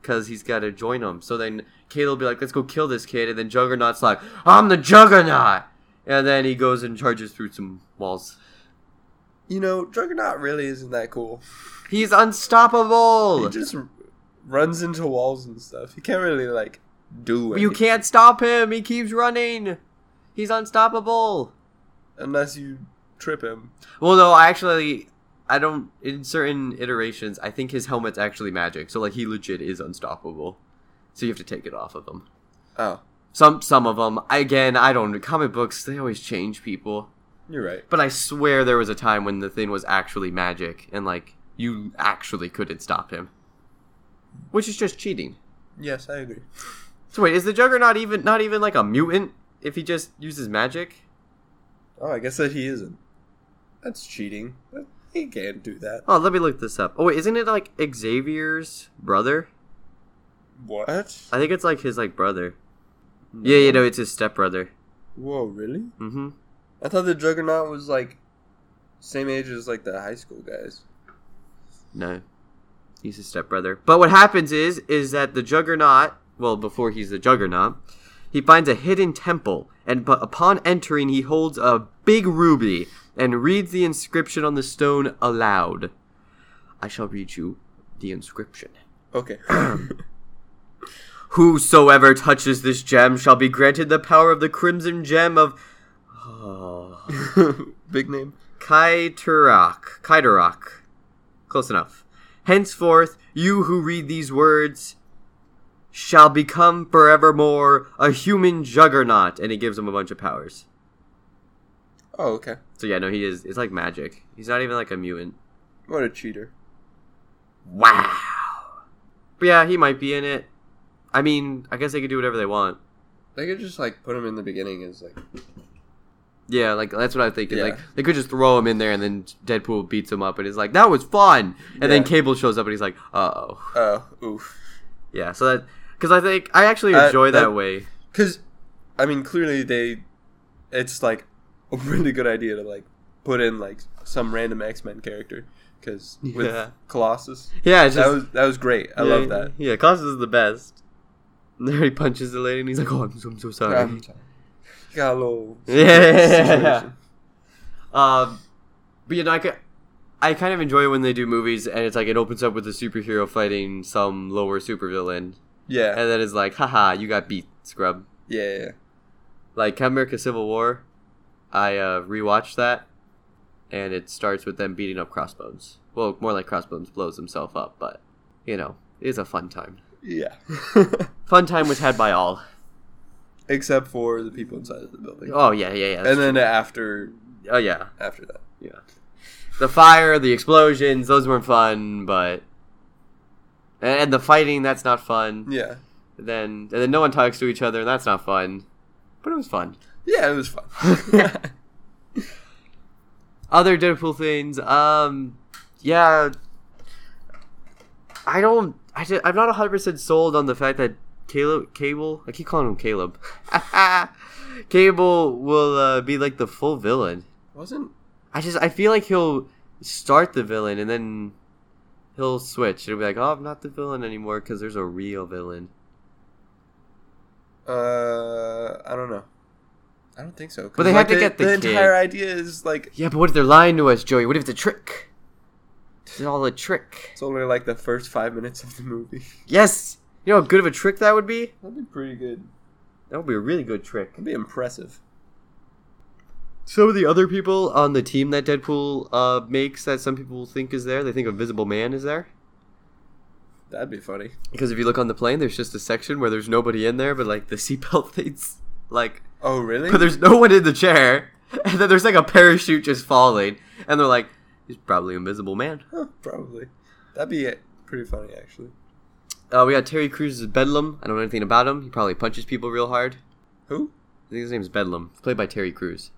[SPEAKER 1] because he's got to join them. So then Caleb will be like, "Let's go kill this kid," and then Juggernaut's like, "I'm the Juggernaut," and then he goes and charges through some walls.
[SPEAKER 2] You know, Juggernaut really isn't that cool.
[SPEAKER 1] He's unstoppable.
[SPEAKER 2] He just r- runs into walls and stuff. He can't really like do
[SPEAKER 1] But
[SPEAKER 2] anything
[SPEAKER 1] you can't stop him. He keeps running. He's unstoppable.
[SPEAKER 2] unless you trip him.
[SPEAKER 1] Well, no, I actually, I don't. In certain iterations, I think his helmet's actually magic. So like, he legit is unstoppable. So you have to take it off of him.
[SPEAKER 2] Oh,
[SPEAKER 1] Some some of them. Again, I don't. Comic books they always change people.
[SPEAKER 2] you're right.
[SPEAKER 1] But I swear there was a time when the thing was actually magic and like you actually couldn't stop him. Which is just cheating.
[SPEAKER 2] Yes, I agree.
[SPEAKER 1] So wait, is the Juggernaut even not even like a mutant if he just uses magic?
[SPEAKER 2] Oh, I guess that he isn't. That's cheating. He can't do that.
[SPEAKER 1] Oh, let me look this up. Oh wait, isn't it like Xavier's brother?
[SPEAKER 2] What?
[SPEAKER 1] I think it's like his like brother.
[SPEAKER 2] No.
[SPEAKER 1] Yeah, you know, it's his stepbrother.
[SPEAKER 2] Whoa, really?
[SPEAKER 1] Mm-hmm.
[SPEAKER 2] I thought the Juggernaut was like same age as like the high school guys.
[SPEAKER 1] No. He's his stepbrother. But what happens is is that the Juggernaut, well, before he's the Juggernaut, he finds a hidden temple, and but upon entering, he holds a big ruby and reads the inscription on the stone aloud. I shall read you the inscription. (coughs)
[SPEAKER 2] Okay. (laughs)
[SPEAKER 1] Whosoever touches this gem shall be granted the power of the crimson gem of oh,
[SPEAKER 2] Big name.
[SPEAKER 1] Kaitarak. Kaitarak. Close enough. Henceforth, you who read these words shall become forevermore a human juggernaut. And it gives him a bunch of powers.
[SPEAKER 2] Oh, okay.
[SPEAKER 1] So yeah, no, he is. It's like magic. He's not even like a mutant.
[SPEAKER 2] What a cheater.
[SPEAKER 1] Wow. But yeah, he might be in it. I mean, I guess they could do whatever they want.
[SPEAKER 2] They could just like put him in the beginning as like
[SPEAKER 1] Yeah, like that's what I'm thinking.
[SPEAKER 2] Yeah.
[SPEAKER 1] Like they could just throw him in there, and then Deadpool beats him up, and is like, "That was fun." And then
[SPEAKER 2] Yeah.
[SPEAKER 1] Cable shows up, and he's like, "Uh oh."
[SPEAKER 2] oh oof.
[SPEAKER 1] Yeah, so that because I think I actually
[SPEAKER 2] Uh,
[SPEAKER 1] enjoy that
[SPEAKER 2] that-
[SPEAKER 1] way.
[SPEAKER 2] Cause I mean clearly they it's like a really good idea to like put in like some random X Men character. Cause with
[SPEAKER 1] Yeah.
[SPEAKER 2] Colossus.
[SPEAKER 1] Yeah, it's
[SPEAKER 2] That
[SPEAKER 1] just,
[SPEAKER 2] was that was great. I
[SPEAKER 1] yeah,
[SPEAKER 2] love that.
[SPEAKER 1] Yeah, Colossus is the best. (laughs) And there he punches the lady, and he's like, "Oh, I'm, so- I'm so sorry."
[SPEAKER 2] Um, got a little
[SPEAKER 1] (laughs) Yeah. Um, but you know, I, ca- I kind of enjoy when they do movies, and it's like it opens up with a superhero fighting some lower supervillain,
[SPEAKER 2] Yeah.
[SPEAKER 1] and then it's like, "Haha, you got beat, scrub."
[SPEAKER 2] Yeah. yeah.
[SPEAKER 1] like Captain America Civil War, I uh, rewatched that, and it starts with them beating up Crossbones. Well, more like Crossbones blows himself up, but you know, it is a fun time.
[SPEAKER 2] Yeah.
[SPEAKER 1] Fun time was had by all.
[SPEAKER 2] (laughs) Except for the people inside of the building.
[SPEAKER 1] Oh yeah, yeah, yeah.
[SPEAKER 2] and then after
[SPEAKER 1] oh yeah,
[SPEAKER 2] after that.
[SPEAKER 1] yeah. The fire, the explosions, those weren't fun, but and, and the fighting that's not fun.
[SPEAKER 2] Yeah.
[SPEAKER 1] Then and then no one talks to each other, and that's not fun. But it was fun.
[SPEAKER 2] Yeah, it was fun.
[SPEAKER 1] (laughs)
[SPEAKER 2] (laughs)
[SPEAKER 1] other Deadpool things. Um, yeah, I don't. I just, I'm not 100 percent sold on the fact that Caleb Cable. I keep calling him Caleb. (laughs) Cable will uh, be like the full villain.
[SPEAKER 2] Wasn't
[SPEAKER 1] I just I feel like he'll start the villain and then he'll switch. It'll be like, oh, I'm not the villain anymore because there's a real villain.
[SPEAKER 2] uh I don't know. I don't think so. 'cause,
[SPEAKER 1] But they
[SPEAKER 2] like,
[SPEAKER 1] had to get the
[SPEAKER 2] the
[SPEAKER 1] kid.
[SPEAKER 2] entire idea is like
[SPEAKER 1] Yeah, but what if they're lying to us, Joey? What if it's a trick? It's all a trick.
[SPEAKER 2] it's only like the first five minutes of the movie. (laughs)
[SPEAKER 1] Yes. You know how good of a trick that would be?
[SPEAKER 2] That'd be pretty good.
[SPEAKER 1] That would be a really good trick.
[SPEAKER 2] That'd be impressive.
[SPEAKER 1] Some of the other people on the team that Deadpool uh, makes that some people think is there, they think Invisible Man is there.
[SPEAKER 2] That'd be funny.
[SPEAKER 1] Because if you look on the plane, there's just a section where there's nobody in there, but like the seatbelt (laughs) things, like,
[SPEAKER 2] Oh really?
[SPEAKER 1] but there's no one in the chair, and then there's like a parachute just falling, and they're like, he's probably Invisible Man.
[SPEAKER 2] Huh, probably. That'd be uh, pretty funny actually.
[SPEAKER 1] Uh, we got Terry Crews' Bedlam. I don't know anything about him. He probably punches people real hard.
[SPEAKER 2] Who?
[SPEAKER 1] I think his name's Bedlam. It's played by Terry Crews,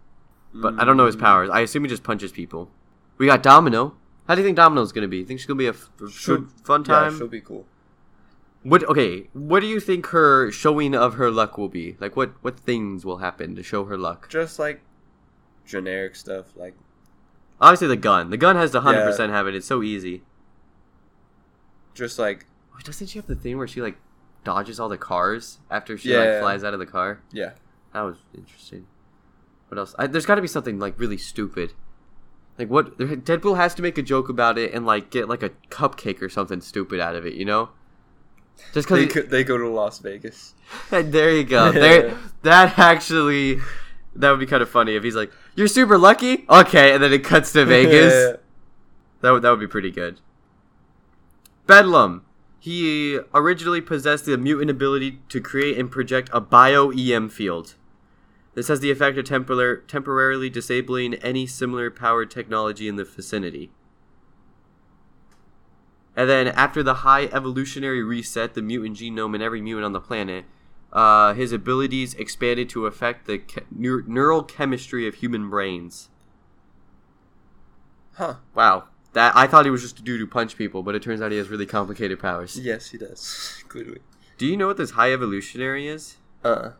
[SPEAKER 1] but I don't
[SPEAKER 2] Mm,
[SPEAKER 1] know his powers. I assume he just punches people. We got Domino. How do you think Domino's gonna be? Think she's gonna be a f-
[SPEAKER 2] Should-
[SPEAKER 1] fun time?
[SPEAKER 2] Yeah, she'll be cool.
[SPEAKER 1] What okay? What do you think her showing of her luck will be? Like what what things will happen to show her luck?
[SPEAKER 2] Just like generic stuff like
[SPEAKER 1] Obviously the gun. The gun has to hundred percent happen. It's so easy.
[SPEAKER 2] just like
[SPEAKER 1] Wait, Doesn't she have the thing where she like dodges all the cars after she
[SPEAKER 2] Yeah.
[SPEAKER 1] like flies out of the car?
[SPEAKER 2] yeah.
[SPEAKER 1] That was interesting. What else? I, there's got to be something like really stupid. Like what? there- Deadpool has to make a joke about it and like get like a cupcake or something stupid out of it. You know. Just
[SPEAKER 2] They,
[SPEAKER 1] because
[SPEAKER 2] co- they go to Las Vegas.
[SPEAKER 1] And there you go. There, that actually, that would be kind of funny if he's like, "You're super lucky." Okay, and then it cuts to (laughs) Vegas. that would that would be pretty good. Bedlam. He originally possessed the mutant ability to create and project a bio EM field. This has the effect of temporar- temporarily disabling any similar powered technology in the vicinity. And then, after the high evolutionary reset, the mutant genome in every mutant on the planet, uh, his abilities expanded to affect the che- neur- neural chemistry of human brains.
[SPEAKER 2] (laughs) Huh.
[SPEAKER 1] Wow. That I thought he was just a dude who punched people, but it turns out he has really complicated powers.
[SPEAKER 2] Yes, he does. (laughs) Clearly.
[SPEAKER 1] Do you know what this high evolutionary is? Uh-uh.
[SPEAKER 2] Uh,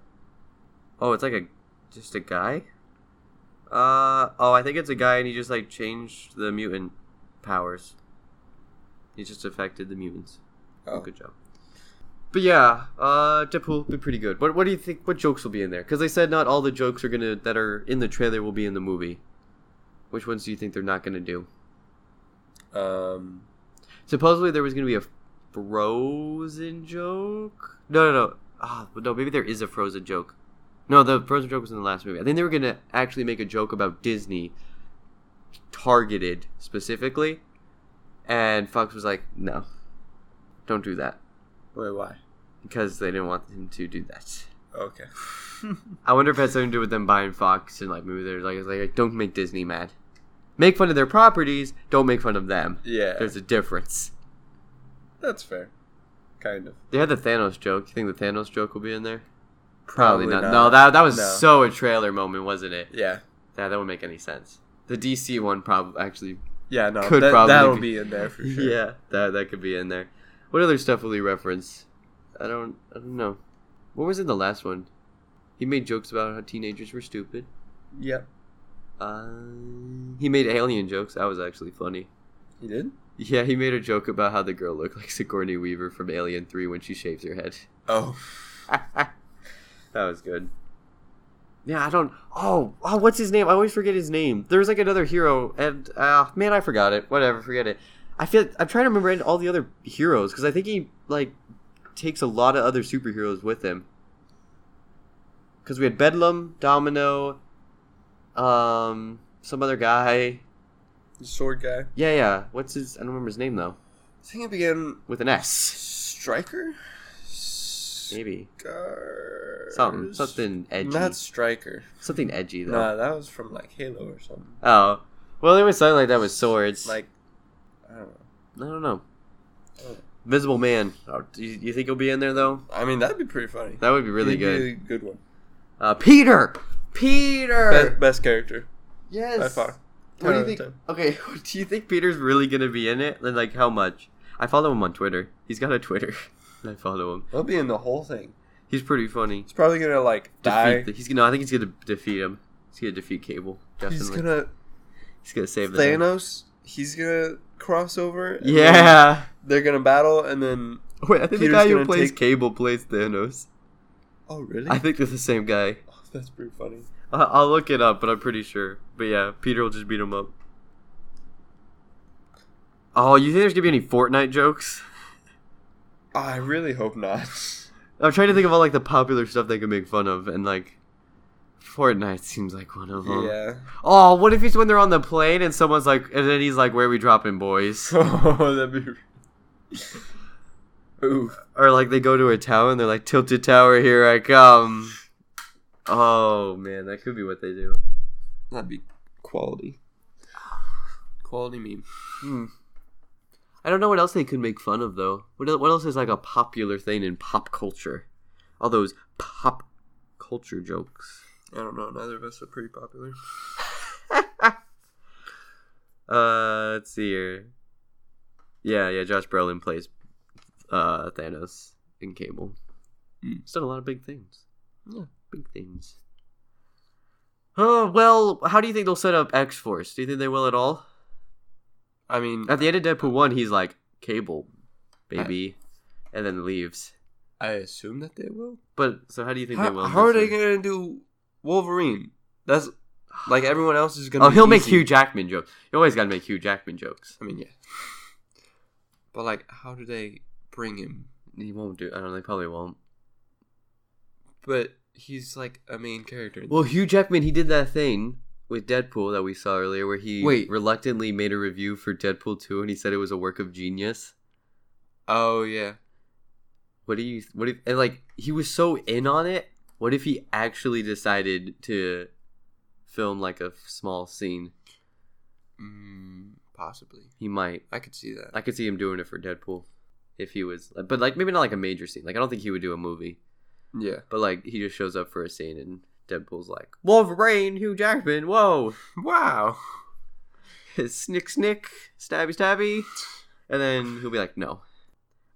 [SPEAKER 1] Oh, it's like a just a guy. Uh oh, I think it's a guy, and he just like changed the mutant powers. He just affected the mutants.
[SPEAKER 2] oh.
[SPEAKER 1] Good job. But yeah, uh, Deadpool will be pretty good. What what do you think? What jokes will be in there? Because they said not all the jokes are gonna that are in the trailer will be in the movie. Which ones do you think they're not gonna do?
[SPEAKER 2] Um,
[SPEAKER 1] Supposedly there was gonna be a frozen joke. No, no, no. Ah, but no, maybe there is a frozen joke. No, the frozen joke was in the last movie. I think they were gonna actually make a joke about Disney, targeted specifically, and Fox was like, "No, don't do that,"
[SPEAKER 2] wait, why?
[SPEAKER 1] because they didn't want him to do that.
[SPEAKER 2] Okay. (laughs)
[SPEAKER 1] I wonder if it has something to do with them buying Fox and like maybe they're like, it's like don't make Disney mad, make fun of their properties, don't make fun of them.
[SPEAKER 2] yeah,
[SPEAKER 1] There's a difference.
[SPEAKER 2] that's fair. Kind of.
[SPEAKER 1] They had the Thanos joke. You think the Thanos joke will be in there?
[SPEAKER 2] Probably not.
[SPEAKER 1] No, that that was
[SPEAKER 2] No.
[SPEAKER 1] so a trailer moment, wasn't it?
[SPEAKER 2] Yeah,
[SPEAKER 1] Yeah, that wouldn't make any sense. The DC one probably actually.
[SPEAKER 2] yeah, no,
[SPEAKER 1] Could
[SPEAKER 2] that,
[SPEAKER 1] probably
[SPEAKER 2] that'll
[SPEAKER 1] be-
[SPEAKER 2] be in there for sure.
[SPEAKER 1] Yeah, that that could be in there. What other stuff will he reference? I don't I don't know. What was in the last one? He made jokes about how teenagers were stupid.
[SPEAKER 2] Yep.
[SPEAKER 1] Uh, he made alien jokes. That was actually funny.
[SPEAKER 2] You did?
[SPEAKER 1] Yeah, he made a joke about how the girl looked like Sigourney Weaver from Alien 3 when she shaves her head.
[SPEAKER 2] Oh,
[SPEAKER 1] (laughs) that was good. Yeah, I don't. Oh, oh, what's his name? I always forget his name. There was like another hero, and uh, man, I forgot it. Whatever, forget it. I feel I'm trying to remember all the other heroes because I think he like takes a lot of other superheroes with him. Because we had Bedlam, Domino, um, some other guy.
[SPEAKER 2] the sword guy. I
[SPEAKER 1] Yeah, yeah. What's his? I don't remember his name though.
[SPEAKER 2] think it began
[SPEAKER 1] With an S,
[SPEAKER 2] Striker.
[SPEAKER 1] maybe
[SPEAKER 2] Scars?
[SPEAKER 1] something, something edgy,
[SPEAKER 2] Not Striker.
[SPEAKER 1] something edgy though.
[SPEAKER 2] Nah, that was from like Halo or something.
[SPEAKER 1] Oh. Well, there was something like that with swords.
[SPEAKER 2] Like, I don't know.
[SPEAKER 1] I don't know.
[SPEAKER 2] Oh.
[SPEAKER 1] Visible Man. Oh, do you, you think he'll be in there though?
[SPEAKER 2] I mean, that'd be pretty funny.
[SPEAKER 1] That would be really
[SPEAKER 2] He'd be
[SPEAKER 1] good.
[SPEAKER 2] a good one.
[SPEAKER 1] Uh, Peter. Peter.
[SPEAKER 2] Be- best character
[SPEAKER 1] yes.
[SPEAKER 2] by far.
[SPEAKER 1] What do you
[SPEAKER 2] Ten
[SPEAKER 1] think?
[SPEAKER 2] out of
[SPEAKER 1] Okay. (laughs) Do you think Peter's really gonna be in it? And like, how much? I follow him on Twitter. He's got a Twitter. (laughs) I follow him.
[SPEAKER 2] ten. He'll be in the whole thing.
[SPEAKER 1] He's pretty funny.
[SPEAKER 2] He's probably gonna like die.
[SPEAKER 1] Defeat the, he's gonna. I think he's gonna defeat him. He's gonna defeat Cable. Definitely.
[SPEAKER 2] He's gonna
[SPEAKER 1] save the day.
[SPEAKER 2] Thanos. He's gonna cross over. and then
[SPEAKER 1] Yeah. (laughs)
[SPEAKER 2] they're gonna battle, and then
[SPEAKER 1] Wait, I think
[SPEAKER 2] Peter's
[SPEAKER 1] the guy who
[SPEAKER 2] gonna
[SPEAKER 1] plays
[SPEAKER 2] take-
[SPEAKER 1] Cable plays Thanos.
[SPEAKER 2] oh really?
[SPEAKER 1] I think they're the same guy.
[SPEAKER 2] (laughs) oh, that's pretty funny.
[SPEAKER 1] I- I'll look it up, but I'm pretty sure. But yeah, Peter will just beat him up. Oh, you think there's gonna be any Fortnite jokes?
[SPEAKER 2] I really hope not. (laughs)
[SPEAKER 1] I'm trying to think of all like the popular stuff they could make fun of, and like Fortnite seems like one of them.
[SPEAKER 2] yeah.
[SPEAKER 1] Oh, what if it's when they're on the plane and someone's like, and then he's like, "Where we dropping, boys?"
[SPEAKER 2] (laughs) Oh, that'd be. Ooh,
[SPEAKER 1] or like they go to a tower and they're like, "Tilted tower, here I come." Oh man, that could be what they do.
[SPEAKER 2] that'd be quality. Quality meme.
[SPEAKER 1] Hmm. I don't know what else they could make fun of though. What el- what else is like a popular thing in pop culture? All those pop culture jokes.
[SPEAKER 2] I don't know. Neither of us are pretty popular.
[SPEAKER 1] Uh, let's see here. Yeah, yeah. Josh Brolin plays uh Thanos in Cable.
[SPEAKER 2] Hmm.
[SPEAKER 1] He's done a lot of big things.
[SPEAKER 2] Yeah.
[SPEAKER 1] big things. Oh well, how do you think they'll set up X Force? Do you think they will at all?
[SPEAKER 2] I mean,
[SPEAKER 1] At the end of Deadpool one, he's like Cable, baby,
[SPEAKER 2] Uh,
[SPEAKER 1] and then leaves.
[SPEAKER 2] I assume that they will.
[SPEAKER 1] But so how do you think they
[SPEAKER 2] How,
[SPEAKER 1] will?
[SPEAKER 2] how are they
[SPEAKER 1] Gonna...
[SPEAKER 2] gonna do Wolverine? That's like everyone else is gonna.
[SPEAKER 1] Oh,
[SPEAKER 2] be
[SPEAKER 1] he'll make
[SPEAKER 2] easy.
[SPEAKER 1] Hugh Jackman jokes. You always gotta make Hugh Jackman jokes.
[SPEAKER 2] I mean, yeah. But like, how do they bring him?
[SPEAKER 1] He won't do. I don't. know, They probably won't.
[SPEAKER 2] But he's like a main character.
[SPEAKER 1] Well, Hugh Jackman, he did that thing with Deadpool that we saw earlier, where he
[SPEAKER 2] Wait.
[SPEAKER 1] reluctantly made a review for Deadpool two, and he said it was a work of genius.
[SPEAKER 2] oh yeah.
[SPEAKER 1] What do you? What if? And like, he was so in on it. What if he actually decided to film like a small scene?
[SPEAKER 2] Mm, possibly.
[SPEAKER 1] He might.
[SPEAKER 2] I could see that.
[SPEAKER 1] I could see him doing it for Deadpool if he was, but like maybe not like a major scene. Like I don't think he would do a movie,
[SPEAKER 2] yeah.
[SPEAKER 1] but like he just shows up for a scene and Deadpool's like Wolverine, Hugh Jackman, whoa, (laughs)
[SPEAKER 2] Wow.
[SPEAKER 1] snick snick, stabby stabby, and then he'll be like, no.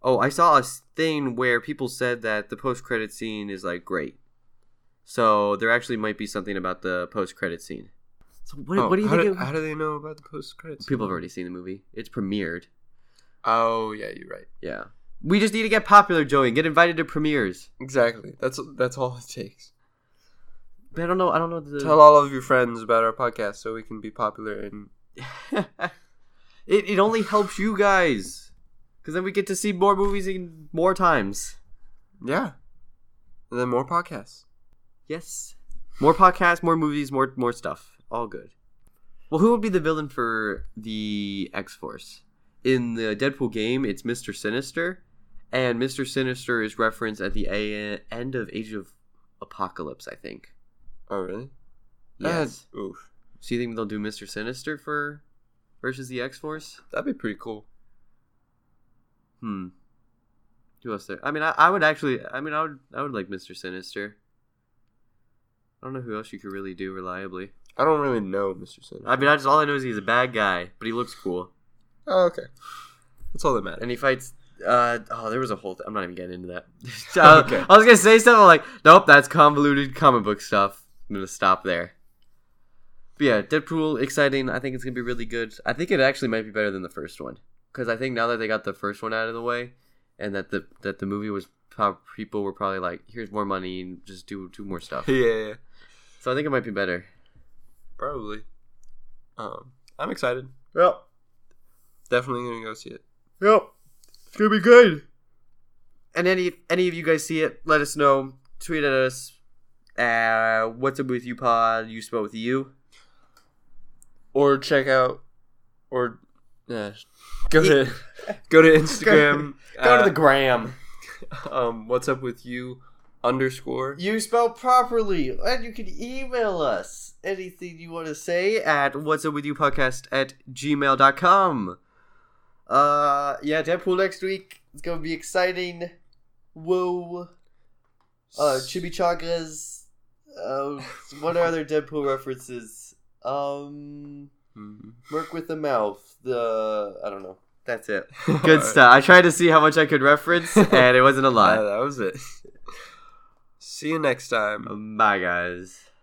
[SPEAKER 1] Oh, I saw a s- thing where people said that the post credit scene is like great. So there actually might be something about the post credit scene. So what,
[SPEAKER 2] Oh,
[SPEAKER 1] what do you
[SPEAKER 2] how
[SPEAKER 1] think?
[SPEAKER 2] Do,
[SPEAKER 1] it-
[SPEAKER 2] how do they know about the post credits?
[SPEAKER 1] (laughs) people have already seen the movie. It's premiered.
[SPEAKER 2] Oh yeah, you're right.
[SPEAKER 1] Yeah. We just need to get popular, Joey, and get invited to premieres.
[SPEAKER 2] Exactly. That's that's all it takes.
[SPEAKER 1] But I don't know. I don't know the.
[SPEAKER 2] Tell all of your friends about our podcast so we can be popular and
[SPEAKER 1] (laughs) it it only helps you guys, because then we get to see more movies in more times.
[SPEAKER 2] yeah, and then more podcasts.
[SPEAKER 1] Yes. More podcasts, more movies, more more stuff. All good. Well, who would be the villain for the X Force? In the Deadpool game, it's Mister Sinister, and Mister Sinister is referenced at the a- end of Age of Apocalypse, I think.
[SPEAKER 2] Oh really?
[SPEAKER 1] Yes.
[SPEAKER 2] That's, oof.
[SPEAKER 1] So you think they'll do Mister Sinister for versus the X Force?
[SPEAKER 2] That'd be pretty cool.
[SPEAKER 1] Hmm. Who else there? I mean, I, I would actually. I mean, I would. I would like Mister Sinister. I don't know who else you could really do reliably.
[SPEAKER 2] I don't really know Mr. Sin.
[SPEAKER 1] I mean, I just all I know is he's a bad guy, but he looks cool,
[SPEAKER 2] oh okay. That's all that matters.
[SPEAKER 1] and he fights. Uh, oh, there was a whole. Th- I'm not even getting into that. (laughs) I,
[SPEAKER 2] Okay.
[SPEAKER 1] I was gonna say stuff. I'm like, nope, that's convoluted comic book stuff. I'm gonna stop there. But yeah, Deadpool, exciting. I think it's gonna be really good. I think it actually might be better than the first one because I think now that they got the first one out of the way, and that the that the movie was prob- people were probably like, here's more money and just do do more stuff.
[SPEAKER 2] (laughs) Yeah, yeah, yeah,
[SPEAKER 1] so I think it might be better.
[SPEAKER 2] probably. Um, I'm excited.
[SPEAKER 1] Yep.
[SPEAKER 2] Definitely gonna go see it.
[SPEAKER 1] Yep. It's gonna be good. And any any of you guys see it, let us know. Tweet at us. Uh, what's up with you pod? You spell with you.
[SPEAKER 2] Or check out, or yeah, go to (laughs) go to Instagram. uh,
[SPEAKER 1] gram.
[SPEAKER 2] um, what's up with you underscore
[SPEAKER 1] You spell properly, and you can email us anything you want to say at what's up with you podcast at gmail.com. Uh, yeah, Deadpool next week. It's gonna be exciting. Whoa. uh chimichangas uh what are other deadpool references um
[SPEAKER 2] Mhm.
[SPEAKER 1] merc with the mouth the i don't know that's it
[SPEAKER 2] (laughs) All
[SPEAKER 1] good
[SPEAKER 2] right.
[SPEAKER 1] stuff i tried to see how much i could (laughs) reference and it wasn't a
[SPEAKER 2] Uh,
[SPEAKER 1] lot
[SPEAKER 2] that was it see you next time
[SPEAKER 1] bye guys